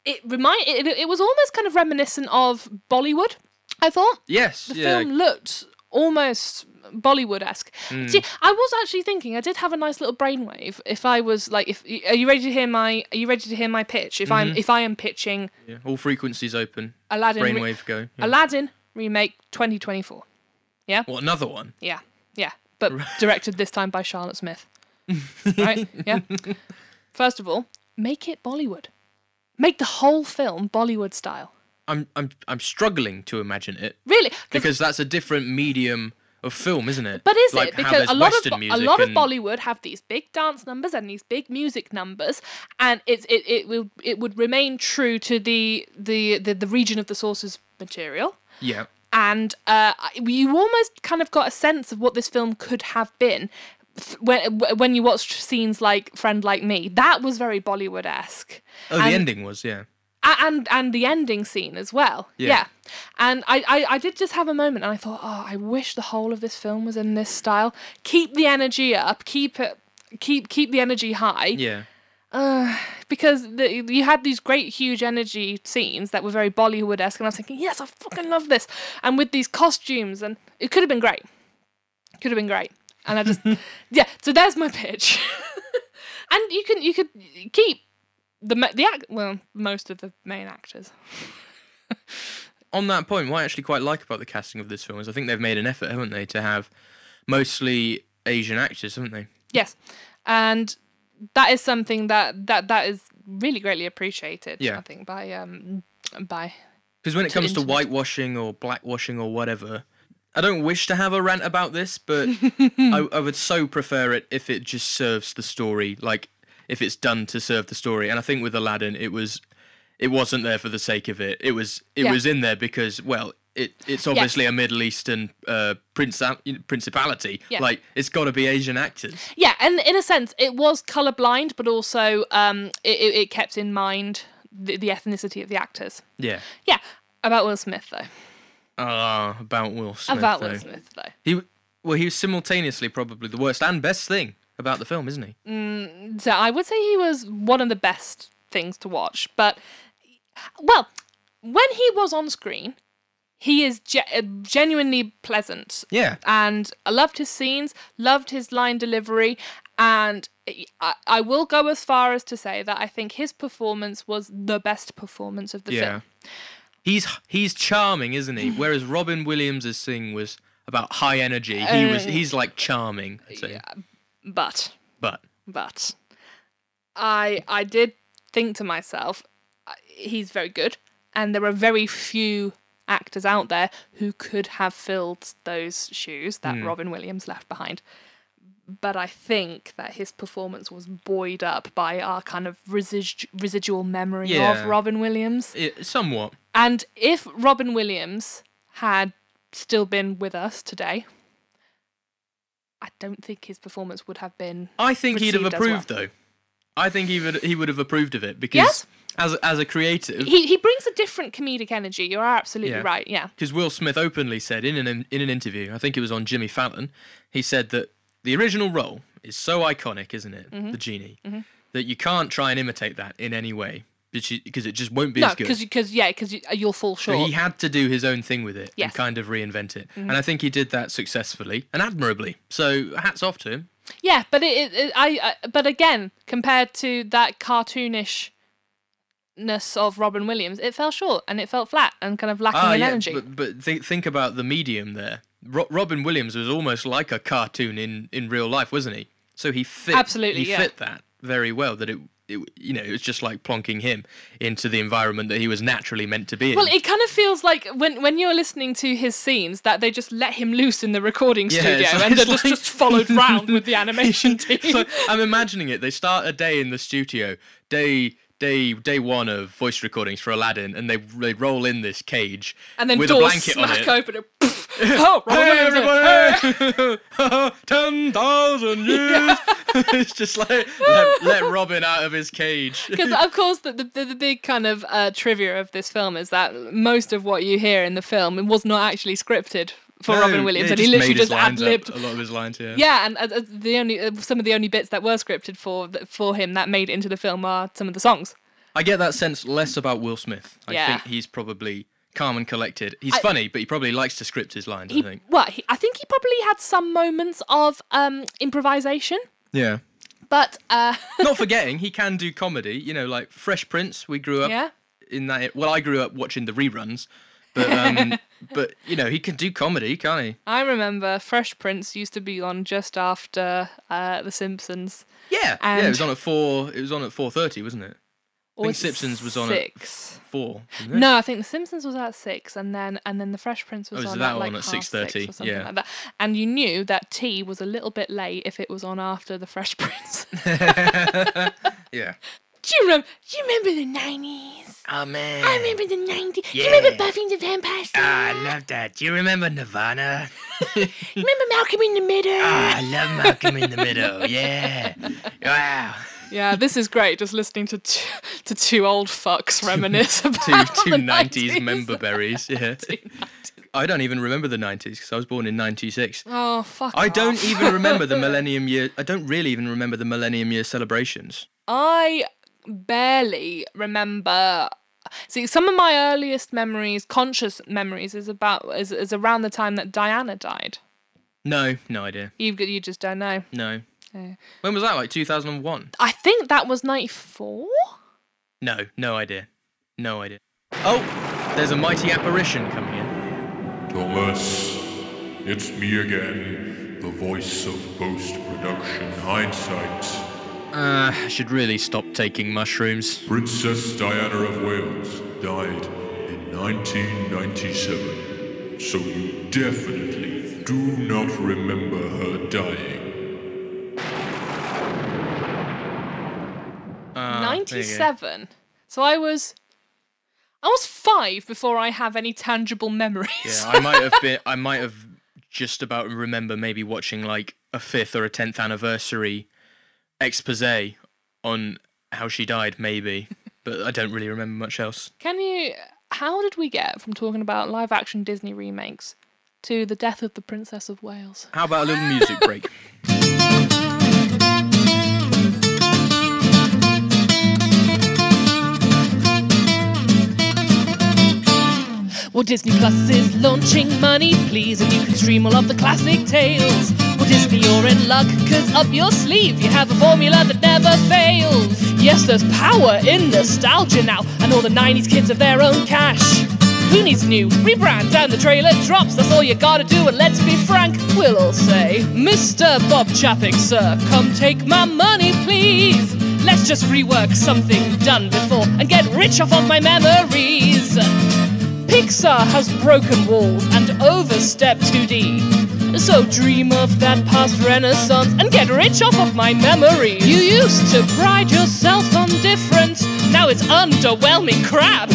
S1: it remind it, it, it was almost kind of reminiscent of Bollywood. I thought
S2: Yes.
S1: the
S2: yeah.
S1: film looked almost Bollywood esque.
S2: Hmm.
S1: See, I was actually thinking I did have a nice little brainwave. If I was like, if are you ready to hear my are you ready to hear my pitch? If
S2: Mm-hmm.
S1: I'm if I am pitching
S2: Yeah, all frequencies open.
S1: Aladdin re-
S2: Brainwave go. Yeah.
S1: Aladdin remake 2024.
S2: What another one?
S1: Yeah, yeah, but directed this time by Charlotte Smith.
S2: <laughs>
S1: right? Yeah. First of all, make it Bollywood. Make the whole film Bollywood style.
S2: I'm I'm I'm struggling to imagine it
S1: Really? 'Cause
S2: because that's a different medium of film, isn't it?
S1: But is
S2: like
S1: it
S2: how
S1: because
S2: there's
S1: a lot
S2: Western
S1: of Bo- a
S2: music
S1: lot of
S2: and-
S1: Bollywood have these big dance numbers and these big music numbers, and it's it it will it would remain true to the the the, the region of the sources material,
S2: Yeah.
S1: and uh, I- you almost kind of got a sense of what this film could have been. th- When when you watched scenes like Friend Like Me, that was very Bollywood esque.
S2: Oh, the ending was yeah.
S1: A- and and the ending scene as well. Yeah.
S2: Yeah.
S1: And I, I I did just have a moment and I thought, oh, I wish the whole of this film was in this style. Keep the energy up. Keep it. Keep keep the energy high
S2: Yeah.
S1: because the, you had these great huge energy scenes that were very Bollywood esque, and I was thinking, yes, I fucking love this. And with these costumes, and it could have been great. Could have been great. And I just, yeah. So there's my pitch. <laughs> and you can you could keep the ma- the act well most of the main actors.
S2: on that point, what I actually quite like about the casting of this film is I think they've made an effort, haven't they, to have mostly Asian actors, haven't they?
S1: Yes, and that is something that that that is really greatly appreciated.
S2: Yeah.
S1: I think by um by
S2: Because when it comes to
S1: internet.
S2: whitewashing or blackwashing or whatever, I don't wish to have a rant about this,
S1: <laughs>
S2: but I, I would so prefer it if it just serves the story, like if it's done to serve the story. And I think with Aladdin, it was, it wasn't there for the sake of it. It was, it
S1: Yeah.
S2: was in there because, well. It, it's obviously a Middle Eastern uh, prince, principality.
S1: Yeah.
S2: Like, it's got to be Asian actors.
S1: Yeah, and in a sense, it was colorblind, but also um, it, it, it kept in mind the, the ethnicity of the actors.
S2: Yeah.
S1: Yeah, about Will Smith though.
S2: Ah, about Will Smith.
S1: about
S2: though.
S1: Will Smith though.
S2: He well, he was simultaneously probably the worst and best thing about the film, isn't he?
S1: Mm. So I would say he was one of the best things to watch. But well, when he was on screen, he is ge- uh, genuinely pleasant.
S2: Yeah.
S1: and I loved his scenes, loved his line delivery, and I, I will go as far as to say that I think his performance was the best performance of the
S2: Yeah.
S1: film.
S2: He's he's charming, isn't
S1: Mm.
S2: he? Whereas Robin Williams' thing was about high energy. He
S1: Um,
S2: was he's like charming. I'd say.
S1: But
S2: But
S1: but I I did think to myself, I- he's very good, and there are very few actors out there who could have filled those shoes that Robin Williams left behind. But I think that his performance was buoyed up by our kind of resid- residual memory
S2: Yeah.
S1: of Robin Williams.
S2: it, eh, somewhat.
S1: And if Robin Williams had still been with us today, I don't think his performance would have been
S2: I think he'd have
S1: Received as well.
S2: approved though. I think he would he would have approved of it because
S1: Yes?
S2: as as a creative,
S1: he he brings a different comedic energy. You're absolutely
S2: Yeah.
S1: right. Yeah.
S2: because Will Smith openly said in an in an interview, I think it was on Jimmy Fallon, he said that the original role is so iconic, isn't it,
S1: Mm-hmm.
S2: the genie, that you can't try and imitate that in any way because it just won't be
S1: No,
S2: as good.
S1: because because yeah, because you, uh, you'll fall
S2: So
S1: short.
S2: he had to do his own thing with it
S1: Yes. Mm-hmm.
S2: and kind of reinvent it, and I think he did that successfully and admirably. So hats off to him.
S1: yeah, but it, it, it I, I but again compared to that cartoonishness of Robin Williams, it fell short and it felt flat and kind of lacking in energy.
S2: Ah, but, but think think about the medium there. Ro- Robin Williams was almost like a cartoon in, in real life, wasn't he? So he fit
S1: Absolutely,
S2: he
S1: yeah.
S2: fit that very well. That it, it you know it was just like plonking him into the environment that he was naturally meant to be in.
S1: well, it kind of feels like when when you're listening to his scenes that they just let him loose in the recording
S2: Yeah,
S1: studio
S2: it's like-
S1: and then
S2: it's
S1: just,
S2: like-
S1: just followed round with the
S2: <laughs>
S1: animation team.
S2: so I'm imagining it. They start a day in the studio, day day day one of voice recordings for Aladdin, and they they roll in this cage
S1: and then
S2: with
S1: doors
S2: a blanket on
S1: smack
S2: it. <laughs>
S1: open and <laughs> poof, oh, Robin
S2: Hey
S1: Williams in it.
S2: everybody! <laughs> Ten
S1: <laughs>
S2: thousand years. <laughs> it's just like let, let Robin out of his cage.
S1: Because of course, the, the the big kind of uh, trivia of this film is that most of what you hear in the film it was not actually scripted for
S2: No, <laughs>
S1: Robin Williams,
S2: yeah,
S1: and he
S2: made
S1: literally
S2: his
S1: just ad
S2: lines up,
S1: libbed.
S2: a lot of his lines. Yeah.
S1: Yeah, and uh, uh, the only uh, some of the only bits that were scripted for th- for him that made it into the film are some of the songs.
S2: I get that sense less about Will Smith. I
S1: Yeah.
S2: think he's probably calm and collected. He's funny, but he probably likes to script his lines.
S1: He,
S2: I think.
S1: well, he, I think he probably had some moments of um, improvisation,
S2: Yeah.
S1: but uh, <laughs>
S2: Not forgetting he can do comedy. You know, like Fresh Prince. We grew up
S1: yeah,
S2: in that. e, Well, I grew up watching the reruns, but
S1: <laughs>
S2: um, but you know he can do comedy, can't he?
S1: I remember Fresh Prince used to be on just after uh, The Simpsons.
S2: Yeah. yeah. It was
S1: And-
S2: on at four. It was on at four thirty, wasn't it?
S1: Or
S2: think Simpsons was on at
S1: six.
S2: Four. isn't it?
S1: No, I think The Simpsons was at six, and then and then The Fresh Prince was
S2: Oh, so
S1: on
S2: that
S1: at like
S2: one at
S1: half six
S2: 6:30,
S1: or something
S2: yeah.
S1: like that. And you knew that tea was a little bit late if it was on after The Fresh <laughs> Prince.
S2: Yeah.
S1: do you remember? Do you remember the nineties?
S2: Oh man.
S3: I remember the 90s. Do you remember
S2: Yeah.
S3: Buffy the Vampire Slayer?
S2: love that. Do you remember Nirvana? Ah,
S3: remember Malcolm in the Middle?
S2: I love Malcolm in the
S1: <laughs>
S2: Middle. Yeah. Wow.
S1: Yeah, this is great. Just listening to t- to two old fucks <laughs> reminisce about
S2: Two
S1: the
S2: two nineties
S1: 90s.
S2: member berries.
S1: <laughs>
S2: Yeah. I don't even remember the nineties because I was born in ninety six.
S1: Oh fuck!
S2: I don't
S1: off.
S2: even remember the millennium year. I don't really even remember the millennium year celebrations.
S1: I barely remember. See, some of my earliest memories, conscious memories, is about is, is around the time that Diana died.
S2: No, no idea.
S1: You you just don't know.
S2: No.
S1: Yeah.
S2: When was that? Like two thousand and one.
S1: I think that was ninety four.
S2: No, no idea. No idea. Oh, there's a mighty apparition coming in.
S4: Thomas, it's me again, the voice of post production hindsight.
S2: Uh, I should really stop taking mushrooms.
S4: Princess Diana of Wales died in 1997, so you definitely do not remember her dying.
S2: Ah, there you go.
S1: Ninety seven. So I was, I was five before I have any tangible memories.
S2: Yeah, I might have been. I might have just about remember maybe watching like a fifth or a tenth anniversary expose on how she died, maybe. But I don't really remember much else.
S1: Can you? How did we get from talking about live action Disney remakes to the death of the Princess of Wales?
S2: How about a little music break?
S1: Well, Disney Plus is launching money, please, and you can stream all of the classic tales. Well, Disney, you're in luck, cause up your sleeve you have a formula that never fails. Yes, there's power in nostalgia now, and all the 90s kids have their own cash. Who needs new rebrand? And the trailer drops, that's all you gotta do, and let's be frank, we'll all say, Mr. Bob Chappick, sir, come take my money, please. Let's just rework something done before and get rich off of my memories. Pixar has broken walls and overstepped 2D. So dream of that past renaissance and get rich off of my memories. You used to pride yourself on difference, now it's underwhelming crap.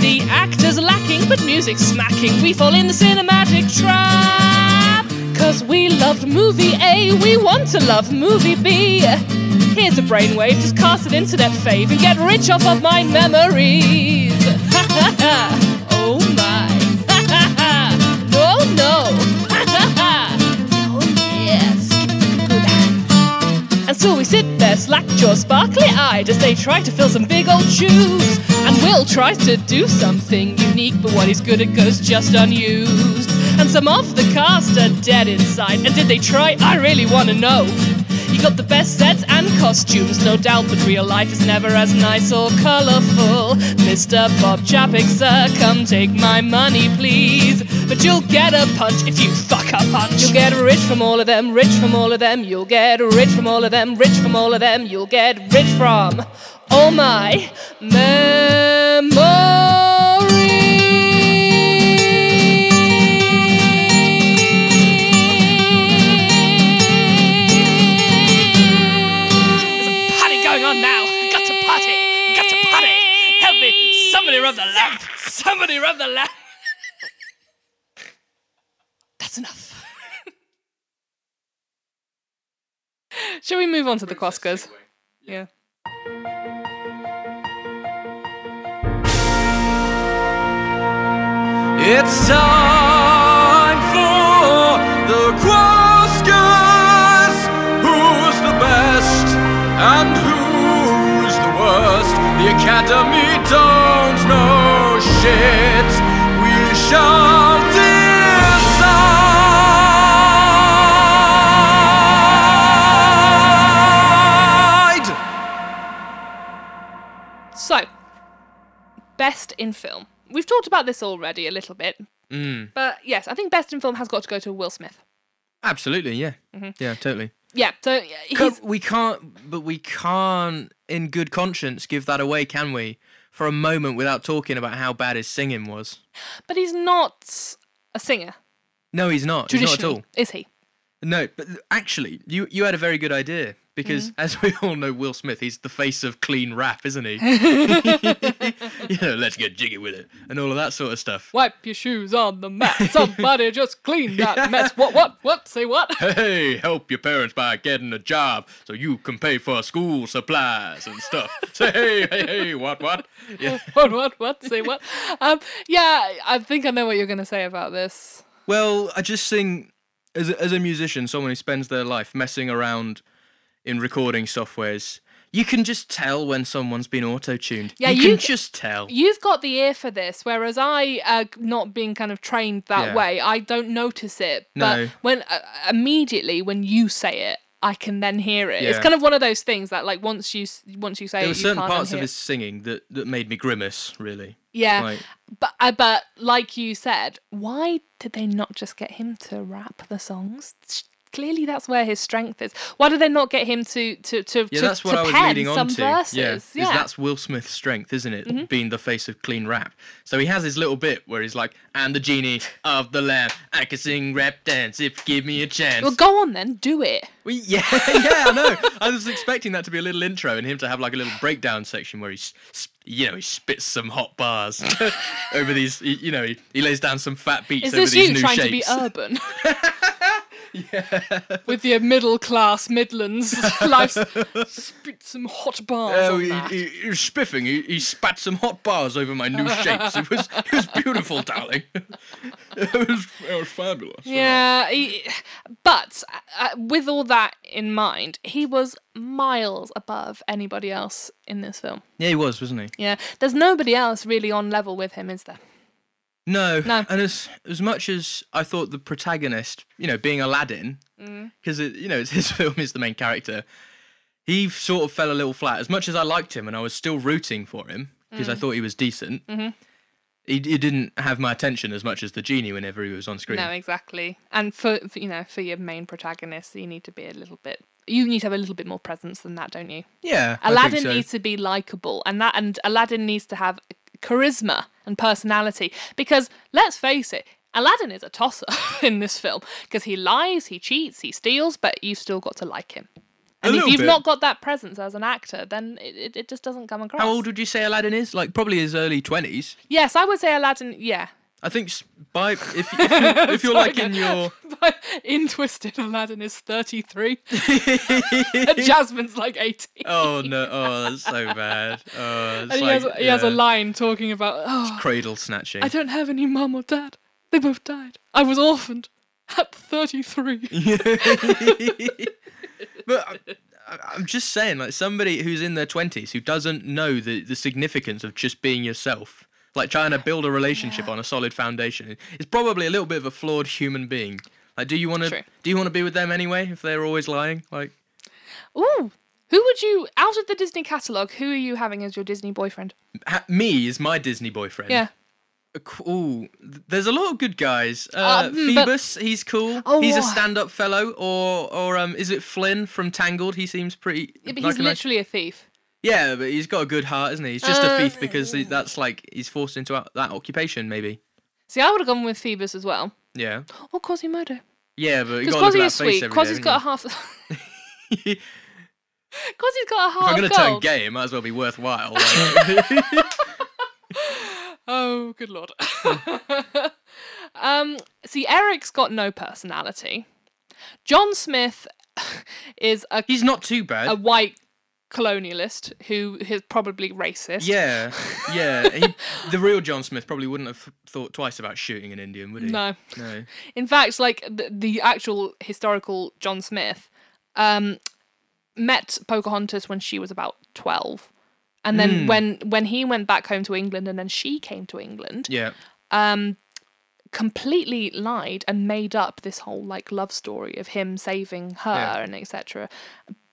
S1: The actors lacking, but music smacking. We fall in the cinematic trap. Cause we loved movie A, we want to love movie B. Here's a brainwave, just cast an internet fave and get rich off of my memories. <laughs> Ha ha ha! Oh my! Ha ha ha! No, <laughs> no! Ha ha ha! Oh yes! And so we sit there, slack jaw, sparkly eyed, as they try to fill some big old shoes. And Will tries to do something unique, but what he's good at goes just unused. And some of the cast are dead inside. And did they try? I really want to know. You got the best sets and costumes, no doubt, but real life is never as nice or colourful. Mr. Bob Chappick, sir, come take my money, please. But you'll get a punch if you fuck a punch. You'll get rich from all of them, rich from all of them. You'll get rich from all of them, rich from all of them. You'll get rich from all my memories.
S5: party going on now. Got to party. Got to party. Help me. Somebody rub the lamp. Somebody rub the lamp.
S1: That's enough. Shall we move on to the Quaskers? Yeah.
S2: It's time for the Quaskers. Who's the best and who's the worst? The Academy don't know shit. We shall decide.
S1: So, best in film. We've talked about this already a little bit.
S2: Mm.
S1: But yes, I think best in film has got to go to Will Smith.
S2: Absolutely, yeah, yeah, totally.
S1: Yeah, so yeah,
S2: Can-
S1: he's,
S2: we can't, but we can't in good conscience give that away, can we? For a moment without talking about how bad his singing was.
S1: But he's not a singer.
S2: No, he's not. He's not at
S1: Traditionally,
S2: all.
S1: is he?
S2: No, but actually, you you had a very good idea
S1: Mm.
S2: because, as we all know, Will Smith he's the face of clean rap, isn't
S1: <laughs>
S2: he? <laughs> you know, let's get jiggy with it and all of that sort of stuff.
S1: Wipe your shoes on the
S2: <laughs>
S1: mat. Somebody just clean that mess. What? What? What? Say
S2: <laughs>
S1: what? <laughs>
S2: Hey, help your parents by getting a job so you can pay for school supplies and
S1: <laughs>
S2: stuff. Say hey, hey, hey, what, what? Yeah.
S1: what? What? What? Say what? Um, yeah, I think I know what you're going to say about this.
S2: Well, I just think as a, as a musician, someone who spends their life messing around in recording softwares, you can just tell when someone's been auto-tuned.
S1: Yeah,
S2: you,
S1: you
S2: can
S1: c-
S2: just tell.
S1: You've got the ear for this, whereas I, uh, not being kind of trained that
S2: Yeah.
S1: way, I don't notice it.
S2: No.
S1: But when uh, immediately when you say it, I can then hear it. It's
S2: Yeah.
S1: kind of one of those things that like once you s- once you say
S2: there
S1: it,
S2: were
S1: you
S2: certain
S1: can't
S2: parts
S1: unhear
S2: of
S1: it.
S2: his singing that, that made me grimace, really.
S1: Yeah,
S2: Like-
S1: but uh, but like you said, why did they not just get him to rap the songs? Sh- Clearly, that's where his strength is. Why did they not get him to to to
S2: Yeah,
S1: to,
S2: that's
S1: to
S2: what I was
S1: pen
S2: leading on
S1: some
S2: to.
S1: verses? Mm-hmm.
S2: Yeah, is that's Will Smith's strength, isn't it? Being the face of clean rap. So he has his little bit where he's like, "I'm the genie of the lamp. I can sing rap dance if you give me a chance."
S1: well, go on then, do it.
S2: We- <laughs> yeah, yeah, I know. I was expecting that to be a little intro and him to have like a little breakdown section where he, s- s- you know, he spits some hot bars <laughs> over these. y- You know, he, he lays down some fat beats
S1: Is
S2: over
S1: this
S2: these
S1: you
S2: new
S1: trying
S2: shapes.
S1: to be <laughs> urban? With your middle
S2: <laughs>
S1: class Midlands life, spit some hot bars.
S2: Oh,
S1: on
S2: he,
S1: that.
S2: he, he was spiffing. He, he spat some hot bars over my new shapes. It was it was beautiful, darling. <laughs> It was, it was fabulous.
S1: Yeah, he, but uh, with all that in mind, he was miles above anybody else in this film.
S2: Yeah, he was, wasn't he?
S1: Yeah, there's nobody else really on level with him, is there?
S2: No.
S1: No.
S2: And as as much as I thought the protagonist, you know, being Aladdin,
S1: Mm.
S2: because it you know it's his <laughs> film is the main character, he sort of fell a little flat. As much as I liked him and I was still rooting for him because I
S1: Mm.
S2: thought he was decent.
S1: Mm-hmm.
S2: He, he didn't have my attention as much as the genie whenever he was on screen.
S1: No, exactly. And for, for you know, for your main protagonist, you need to be a little bit. You need to have a little bit more presence than that, don't you?
S2: yeah, I think
S1: Aladdin
S2: so.
S1: needs to be likable, and that and Aladdin needs to have charisma and personality because let's face it. Aladdin is a tosser <laughs> in this film because he lies, he cheats, he steals, but you've still got to like him. And if
S2: little
S1: you've
S2: bit.
S1: not got that presence as an actor, then it, it, it just doesn't come across.
S2: How old would you say Aladdin is? Like probably his early twenties.
S1: Yes, I would say Aladdin, yeah. <laughs>
S2: I think s- by if if you're, if you're like in
S1: <laughs>
S2: your
S1: But in Twisted, Aladdin is 33. <laughs>
S2: <laughs>
S1: and Jasmine's like 18.
S2: oh no oh that's so bad oh it's
S1: and he,
S2: like,
S1: has, he has a
S2: yeah,
S1: line talking about, oh,
S2: cradle snatching <laughs>
S1: I don't have any mum or dad. They both died. I was orphaned at 33.
S2: but I, I, I'm just saying like somebody who's in their twenties who doesn't know the the significance of just being yourself like trying to build a relationship on a solid foundation is probably a little bit of a flawed human being like do you want
S1: True.
S2: to do you want to be with them anyway if they're always lying like
S1: Ooh. Who would you, out of the Disney catalogue, who are you having as your Disney boyfriend?
S2: ha- me is my Disney boyfriend
S1: Yeah.
S2: cool. There's a lot of good guys. Uh,
S1: Um, but-
S2: Phoebus, he's cool.
S1: Oh,
S2: he's a
S1: wha-
S2: stand-up fellow. Or, or um, is it Flynn from Tangled? He seems pretty.
S1: Yeah,
S2: like
S1: but he's
S2: a nice-
S1: literally a thief.
S2: Yeah, but he's got a good heart, isn't he? He's just
S1: Uh,
S2: a thief because he- that's like he's forced into that- that occupation, maybe.
S1: See, I would have gone with Phoebus as well.
S2: Yeah.
S1: Or Quasimodo.
S2: Yeah, but you
S1: Because
S2: gotta look at
S1: Quasi
S2: that face
S1: is sweet.
S2: every
S1: Quasi's
S2: day,
S1: got a
S2: haven't
S1: half. <laughs> Quasi's
S2: you?
S1: got a half.
S2: if <laughs> I'm gonna turn
S1: gold.
S2: gay, it might as well be worthwhile. like. <laughs>
S1: Oh, good lord. <laughs> um, see, Eric's got no personality. John Smith <laughs> is a, <laughs>
S2: he's not too bad.
S1: a white colonialist who is probably racist.
S2: yeah, yeah. He, the real John Smith probably wouldn't have thought twice about shooting an Indian, would he?
S1: No.
S2: No.
S1: In fact, like the, the actual historical John Smith um, met Pocahontas when she was about 12. And then
S2: Hmm.
S1: when, when he went back home to England and then she came to England,
S2: Yeah.
S1: um, completely lied and made up this whole like love story of him saving her
S2: Yeah.
S1: and etc.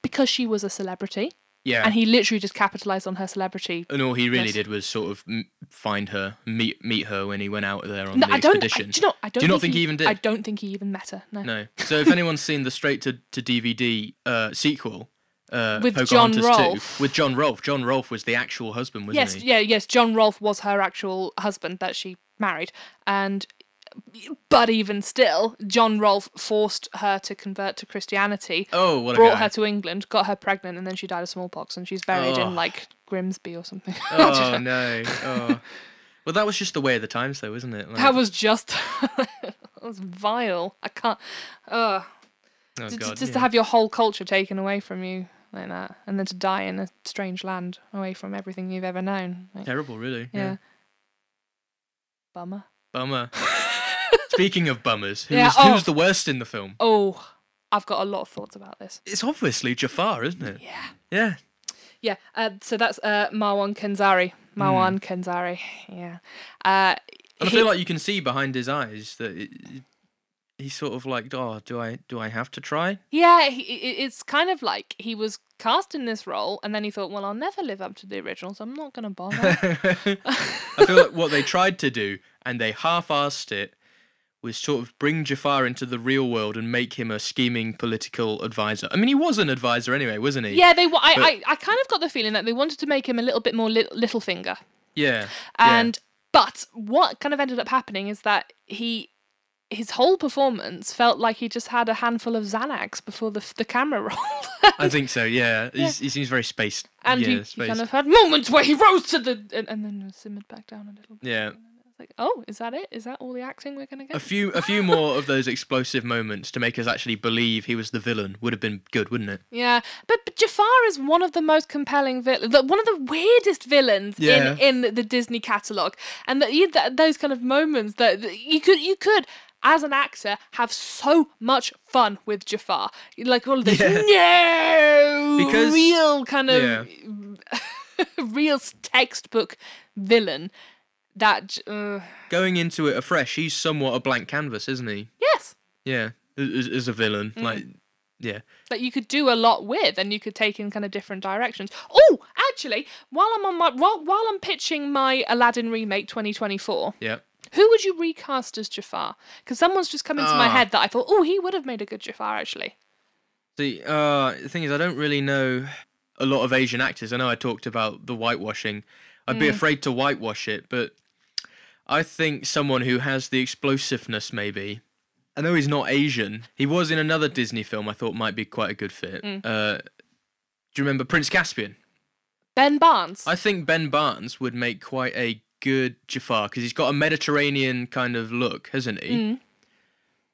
S1: because she was a celebrity
S2: Yeah.
S1: and he literally just capitalized on her celebrity.
S2: And all he really
S1: Yes.
S2: did was sort of m- find her, meet meet her when he went out there on
S1: No,
S2: the
S1: I don't. I, do
S2: expedition.
S1: you not? I don't.
S2: you not think he even did?
S1: I don't think he even met her. No.
S2: No. So if anyone's seen the straight to, to DVD uh, sequel uh,
S1: With John
S2: Pocahontas
S1: Rolfe.
S2: too. With John Rolfe. John Rolfe was the actual husband, wasn't
S1: Yes,
S2: he?
S1: yeah, yes. John Rolfe was her actual husband that she married, and but even still, John Rolfe forced her to convert to Christianity.
S2: Oh, what a
S1: brought
S2: guy.
S1: her to England, got her pregnant, and then she died of smallpox, and she's buried
S2: Oh.
S1: in like Grimsby or something.
S2: Oh no. Oh. Well, that was just the way of the times, though, isn't it? Like,
S1: <laughs>
S2: oh,
S1: that was just <laughs> that was vile. I can't. Ugh.
S2: oh,
S1: J- j-
S2: God,
S1: just to
S2: yeah.
S1: have your whole culture taken away from you like that, and then to die in a strange land, away from everything you've ever known. Like,
S2: terrible, really.
S1: yeah.
S2: Yeah.
S1: Bummer. <laughs>
S2: Bummer. Speaking of bummers, who's,
S1: Yeah, oh.
S2: who's the worst in the film?
S1: Oh, I've got a lot of thoughts about this.
S2: It's obviously Jafar, isn't it?
S1: Yeah.
S2: Yeah.
S1: Yeah, uh, so that's uh, Marwan Kenzari.
S2: Hmm.
S1: Marwan Kenzari, yeah. Uh,
S2: And I
S1: he-
S2: feel like you can see behind his eyes that it, it- he's sort of like, oh, do I do I have to try?
S1: yeah, he, i- i- it's kind of like he was cast in this role and then he thought, well, I'll never live up to the original, so I'm not going
S2: <laughs>
S1: to bother.
S2: I feel like what they tried to do and they half-assed it was sort of bring Jafar into the real world and make him a scheming political advisor. I mean, he was an advisor anyway, wasn't he?
S1: yeah, they. wa- I,
S2: But-
S1: I, I kind of got the feeling that they wanted to make him a little bit more li- little finger.
S2: Yeah.
S1: And but what kind of ended up happening is that he his whole performance felt like he just had a handful of Xanax before the the camera <laughs> rolled.
S2: I think so. Yeah, He's, he seems very spaced.
S1: and
S2: yeah,
S1: he, he
S2: spaced.
S1: kind of had moments where he rose to the and, and then simmered back down a little bit.
S2: yeah.
S1: It's like, oh, is that it? Is that all the acting we're gonna
S2: A
S1: get?
S2: few, a few more of those explosive moments to make us actually believe he was the villain would have been good, wouldn't it?
S1: yeah, but, but Jafar is one of the most compelling villains, one of the weirdest villains
S2: Yeah.
S1: in in the Disney catalog, and that you that those kind of moments that that you could you could. As an actor, have so much fun with Jafar, like all of
S2: <laughs>
S1: this no
S2: Because-
S1: real kind of
S2: yeah.
S1: <laughs> real textbook villain. That j- uh,
S2: Going into it afresh, he's somewhat a blank canvas, isn't he?
S1: yes,
S2: Yeah, as, as a villain, like, yeah.
S1: that you could do a lot with and you could take in kind of different directions. Oh, actually, while I'm on my while, while I'm pitching my Aladdin remake 2024,
S2: Yeah.
S1: who would you recast as Jafar? Because someone's just come into my
S2: Ah.
S1: head that I thought, oh, he would have made a good Jafar actually.
S2: The uh, the thing is, I don't really know a lot of Asian actors. I know I talked about the whitewashing. I'd be afraid to whitewash it, but I think someone who has the explosiveness, maybe. I know he's not Asian. He was in another Disney film I thought might be quite a good fit. Uh, do you remember Prince Caspian?
S1: Ben Barnes.
S2: I think Ben Barnes would make quite a good Jafar because he's got a Mediterranean kind of look, hasn't he?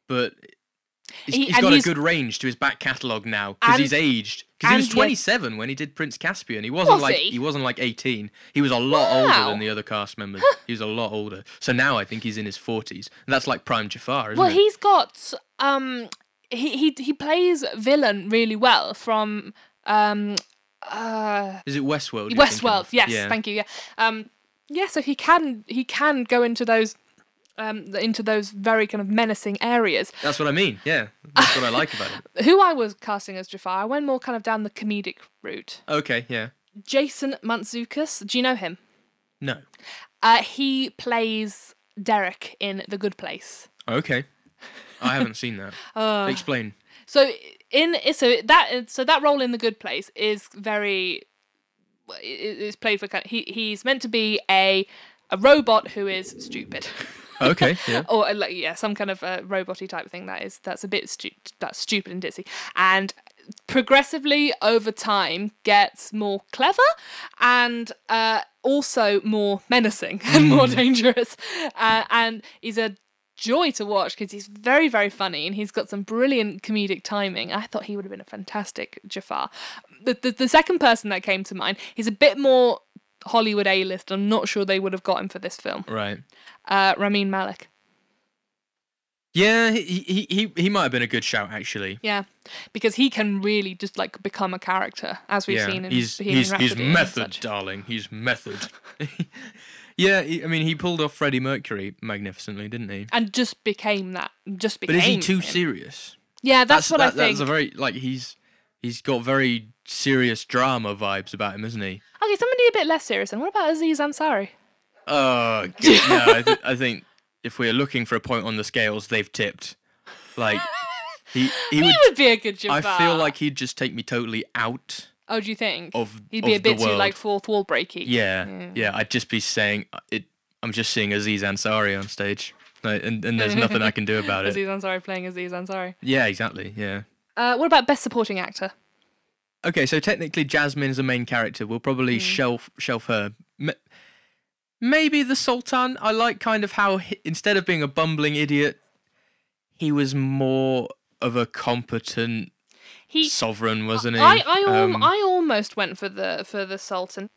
S2: But he's,
S1: Mm. He-
S2: he's
S1: and
S2: got
S1: he's-
S2: a good range to his back catalogue now because
S1: And-
S2: he's aged. Because he
S1: and
S2: was
S1: he-
S2: 27 when he did Prince Caspian. He wasn't
S1: Was
S2: like
S1: he?
S2: he? wasn't like 18. He was a lot
S1: Wow.
S2: older than the other cast members. he was a lot older. So now I think he's in his 40s. And that's like prime Jafar, isn't
S1: well,
S2: it?
S1: he's got um he he he plays villain really well from um uh
S2: Is it Westworld? you're thinking
S1: Westworld,
S2: of?
S1: yes,
S2: Yeah.
S1: thank you. Yeah, um, yeah. So he can he can go into those um, into those very kind of menacing areas.
S2: That's what I mean. Yeah, that's what I like about it.
S1: <laughs> Who I was casting as Jafar, I went more kind of down the comedic route.
S2: Okay, yeah.
S1: Jason Mantzoukas, do you know him?
S2: No.
S1: Uh, he plays Derek in The Good Place.
S2: Okay. I haven't seen
S1: <laughs>
S2: that.
S1: Uh.
S2: Explain.
S1: So in so that so that role in the Good Place is very i- is played for kind he he's meant to be a a robot who is stupid. <laughs>
S2: Okay, yeah.
S1: or uh, like yeah, some kind of uh, roboty type thing that is that's a bit stu- that's stupid and ditzy, and progressively over time gets more clever and uh, also more menacing and more dangerous, uh, and he's a joy to watch because he's very very funny and he's got some brilliant comedic timing. I thought he would have been a fantastic Jafar. The the, the second person that came to mind, he's a bit more. Hollywood A list. I'm not sure they would have got him for this film.
S2: Right.
S1: Uh, Ramin Malik.
S2: Yeah, he, he he he might have been a good shout actually.
S1: Yeah, because he can really just like become a character, as we've
S2: yeah,
S1: seen in
S2: he's
S1: Bohemian
S2: he's, he's
S1: Rhapsody and
S2: method,
S1: such.
S2: darling. He's method. <laughs> yeah, he, I mean, he pulled off Freddie Mercury magnificently, didn't he?
S1: and just became that. Just
S2: But
S1: became.
S2: is he too
S1: him.
S2: serious?
S1: Yeah, that's, what
S2: that,
S1: I think.
S2: That's a very like he's he's got very serious drama vibes about him, isn't he?
S1: Okay, somebody a bit less serious. And what about Aziz Ansari?
S2: Oh good.
S1: <laughs>
S2: no, I, th- I think if we're looking for a point on the scales, they've tipped. Like He, he
S1: <laughs> He
S2: would.
S1: would be a good Jafar.
S2: I feel like he'd just take me totally out.
S1: Oh, do you think?
S2: of-
S1: He'd be
S2: of
S1: a
S2: the
S1: bit too like
S2: world.
S1: fourth wall breaky.
S2: Yeah, yeah. I'd just be saying uh, it. I'm just seeing Aziz Ansari on stage, like, and and there's nothing I can do about it.
S1: <laughs> Aziz Ansari playing Aziz Ansari.
S2: Yeah, exactly. Yeah.
S1: Uh, what about best supporting actor?
S2: Okay, so technically Jasmine's the main character. We'll probably
S1: Mm.
S2: shelf shelf her. M- Maybe the Sultan. I like kind of how he, instead of being a bumbling idiot, he was more of a competent
S1: He.
S2: sovereign, wasn't he?
S1: I I, al-
S2: Um,
S1: I almost went for the for the Sultan.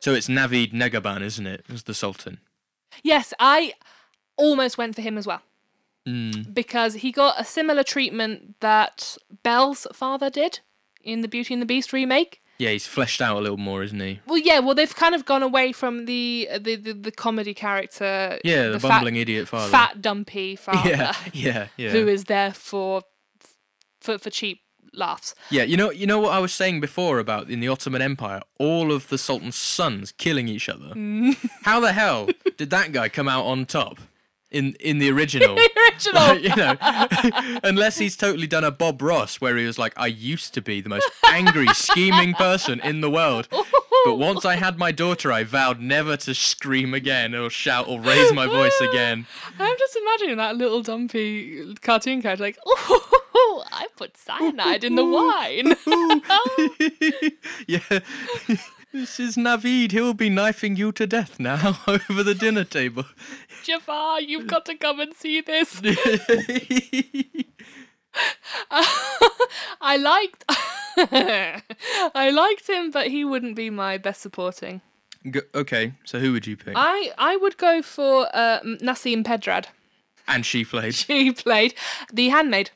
S2: so it's Navid Negaban, isn't it? Is the Sultan?
S1: Yes, I almost went for him as well
S2: Mm.
S1: because he got a similar treatment that Belle's father did in the Beauty and the Beast remake.
S2: Yeah, he's fleshed out a little more, isn't he?
S1: Well, yeah. Well, they've kind of gone away from the the the, the comedy character.
S2: Yeah, the,
S1: fat-
S2: bumbling idiot father.
S1: fat dumpy father
S2: <laughs> yeah, yeah, yeah.
S1: who is there for for for cheap laughs. <laughs>
S2: Yeah, you know, you know what I was saying before about in the Ottoman Empire, all of the Sultan's sons killing each other.
S1: Mm.
S2: <laughs> How the hell did that guy come out on top in in the
S1: <laughs>
S2: original?
S1: Original.
S2: Like, <laughs> you know, <laughs> unless he's totally done a Bob Ross where he was like, "I used to be the most angry,
S1: <laughs>
S2: scheming person in the world, but once I had my daughter, I vowed never to scream again or shout or raise my
S1: <laughs>
S2: voice again."
S1: I'm just imagining that little dumpy cartoon character, like, oh, <laughs> I put cyanide
S2: <laughs>
S1: in the wine. <laughs>
S2: yeah. This is Navid. He'll be knifing you to death now <laughs> over the dinner table. <laughs>
S1: Jafar, you've got to come and see this. I liked, <laughs> I liked him, but he wouldn't be my best supporting.
S2: G- okay, so who would you pick?
S1: I, I would go for uh, Nassim Pedrad. <laughs>
S2: and she played.
S1: She played the handmaid.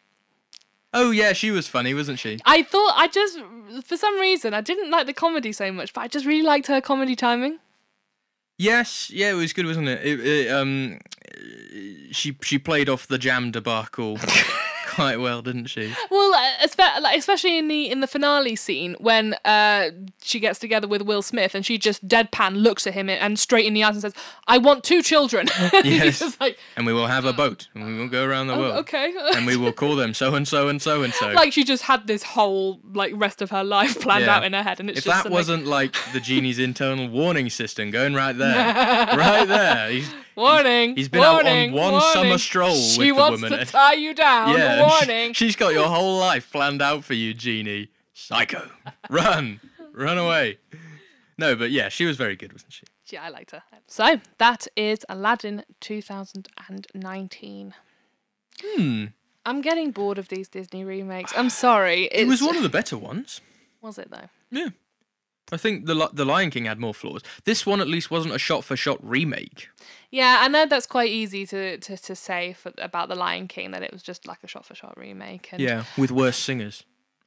S2: Oh yeah, she was funny, wasn't she?
S1: I thought I just for some reason I didn't like the comedy so much, but I just really liked her comedy timing.
S2: Yes, yeah, it was good, wasn't it? it, it um, she she played off the jam
S1: <laughs>
S2: debacle quite well, didn't she?
S1: Well, uh, espe- like, especially in the in the finale scene when uh, she gets together with Will Smith and she just deadpan looks at him and straight in the eyes and says, "I want two children." <laughs> And
S2: Yes.
S1: He's just like,
S2: And we will have a boat, and we will go around the world.
S1: Oh, okay.
S2: And we will call them so and so and so and so.
S1: like she just had this whole like rest of her life <laughs> planned
S2: Yeah.
S1: out in her head, and it's
S2: if
S1: just
S2: that
S1: something-
S2: wasn't like the genie's internal warning system going right
S1: <laughs>
S2: there, right there, he's,
S1: warning.
S2: he's been out on
S1: warning,
S2: one
S1: warning.
S2: summer stroll
S1: She
S2: with the
S1: wants
S2: woman.
S1: to tie you down.
S2: yeah, and she-
S1: warning.
S2: she's got your whole life planned out for you, genie. Psycho, run, run away. No, but yeah, she was very good, wasn't she?
S1: Yeah, I liked her. So that is Aladdin 2019. Hmm.
S2: Hmm.
S1: I'm getting bored of these Disney remakes. I'm sorry.
S2: <sighs>
S1: It's,
S2: It was one of the better ones.
S1: Was it though?
S2: Yeah, I think the Li- the Lion King had more flaws. This one at least wasn't a shot for shot remake.
S1: Yeah, I know that's quite easy to to, to say for, about the Lion King that it was just like a shot for shot remake. And
S2: Yeah, with worse singers.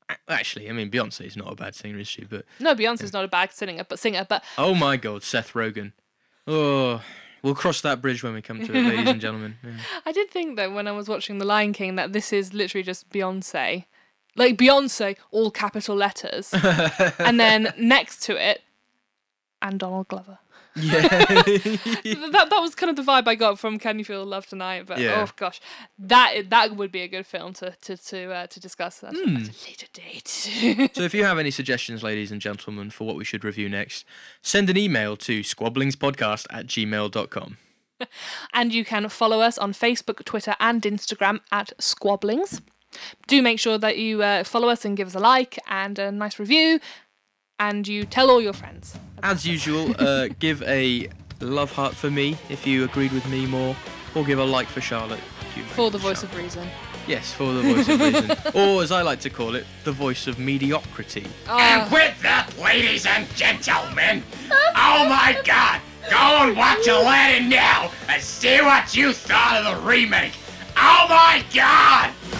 S2: A- Actually, I mean Beyonce's not a bad singer, is she? But
S1: No, Beyonce's not a bad singer, but singer, but
S2: Oh my God, Seth Rogen. Oh, we'll cross that bridge when we come to it, ladies and
S1: <laughs>
S2: gentlemen. Yeah.
S1: I did think though when I was watching the Lion King that this is literally just Beyonce. Like Beyonce, all capital letters. and then next to it and Donald Glover. <laughs> Th- that that was kind of the vibe I got from Can You Feel the Love Tonight. But
S2: Yeah.
S1: oh gosh, that i- that would be a good film to to to, uh, to discuss that at a later date. <laughs>
S2: So, if you have any suggestions, ladies and gentlemen, for what we should review next, send an email to squabblingspodcast at gmail.com.
S1: and you can follow us on Facebook, Twitter, and Instagram at Squabblings. Do make sure that you uh, follow us and give us a like and a nice review, and you tell all your friends.
S2: As usual,
S1: <laughs>
S2: uh, give a love heart for me if you agreed with me more, or give a like for Charlotte. if you agreed
S1: For the
S2: with
S1: voice
S2: Charlotte.
S1: of reason.
S2: Yes, for the voice of reason.
S1: <laughs>
S2: or, as I like to call it, the voice of mediocrity.
S4: And with that, ladies and gentlemen, oh my god, go and watch Aladdin now and see what you thought of the remake. Oh my god!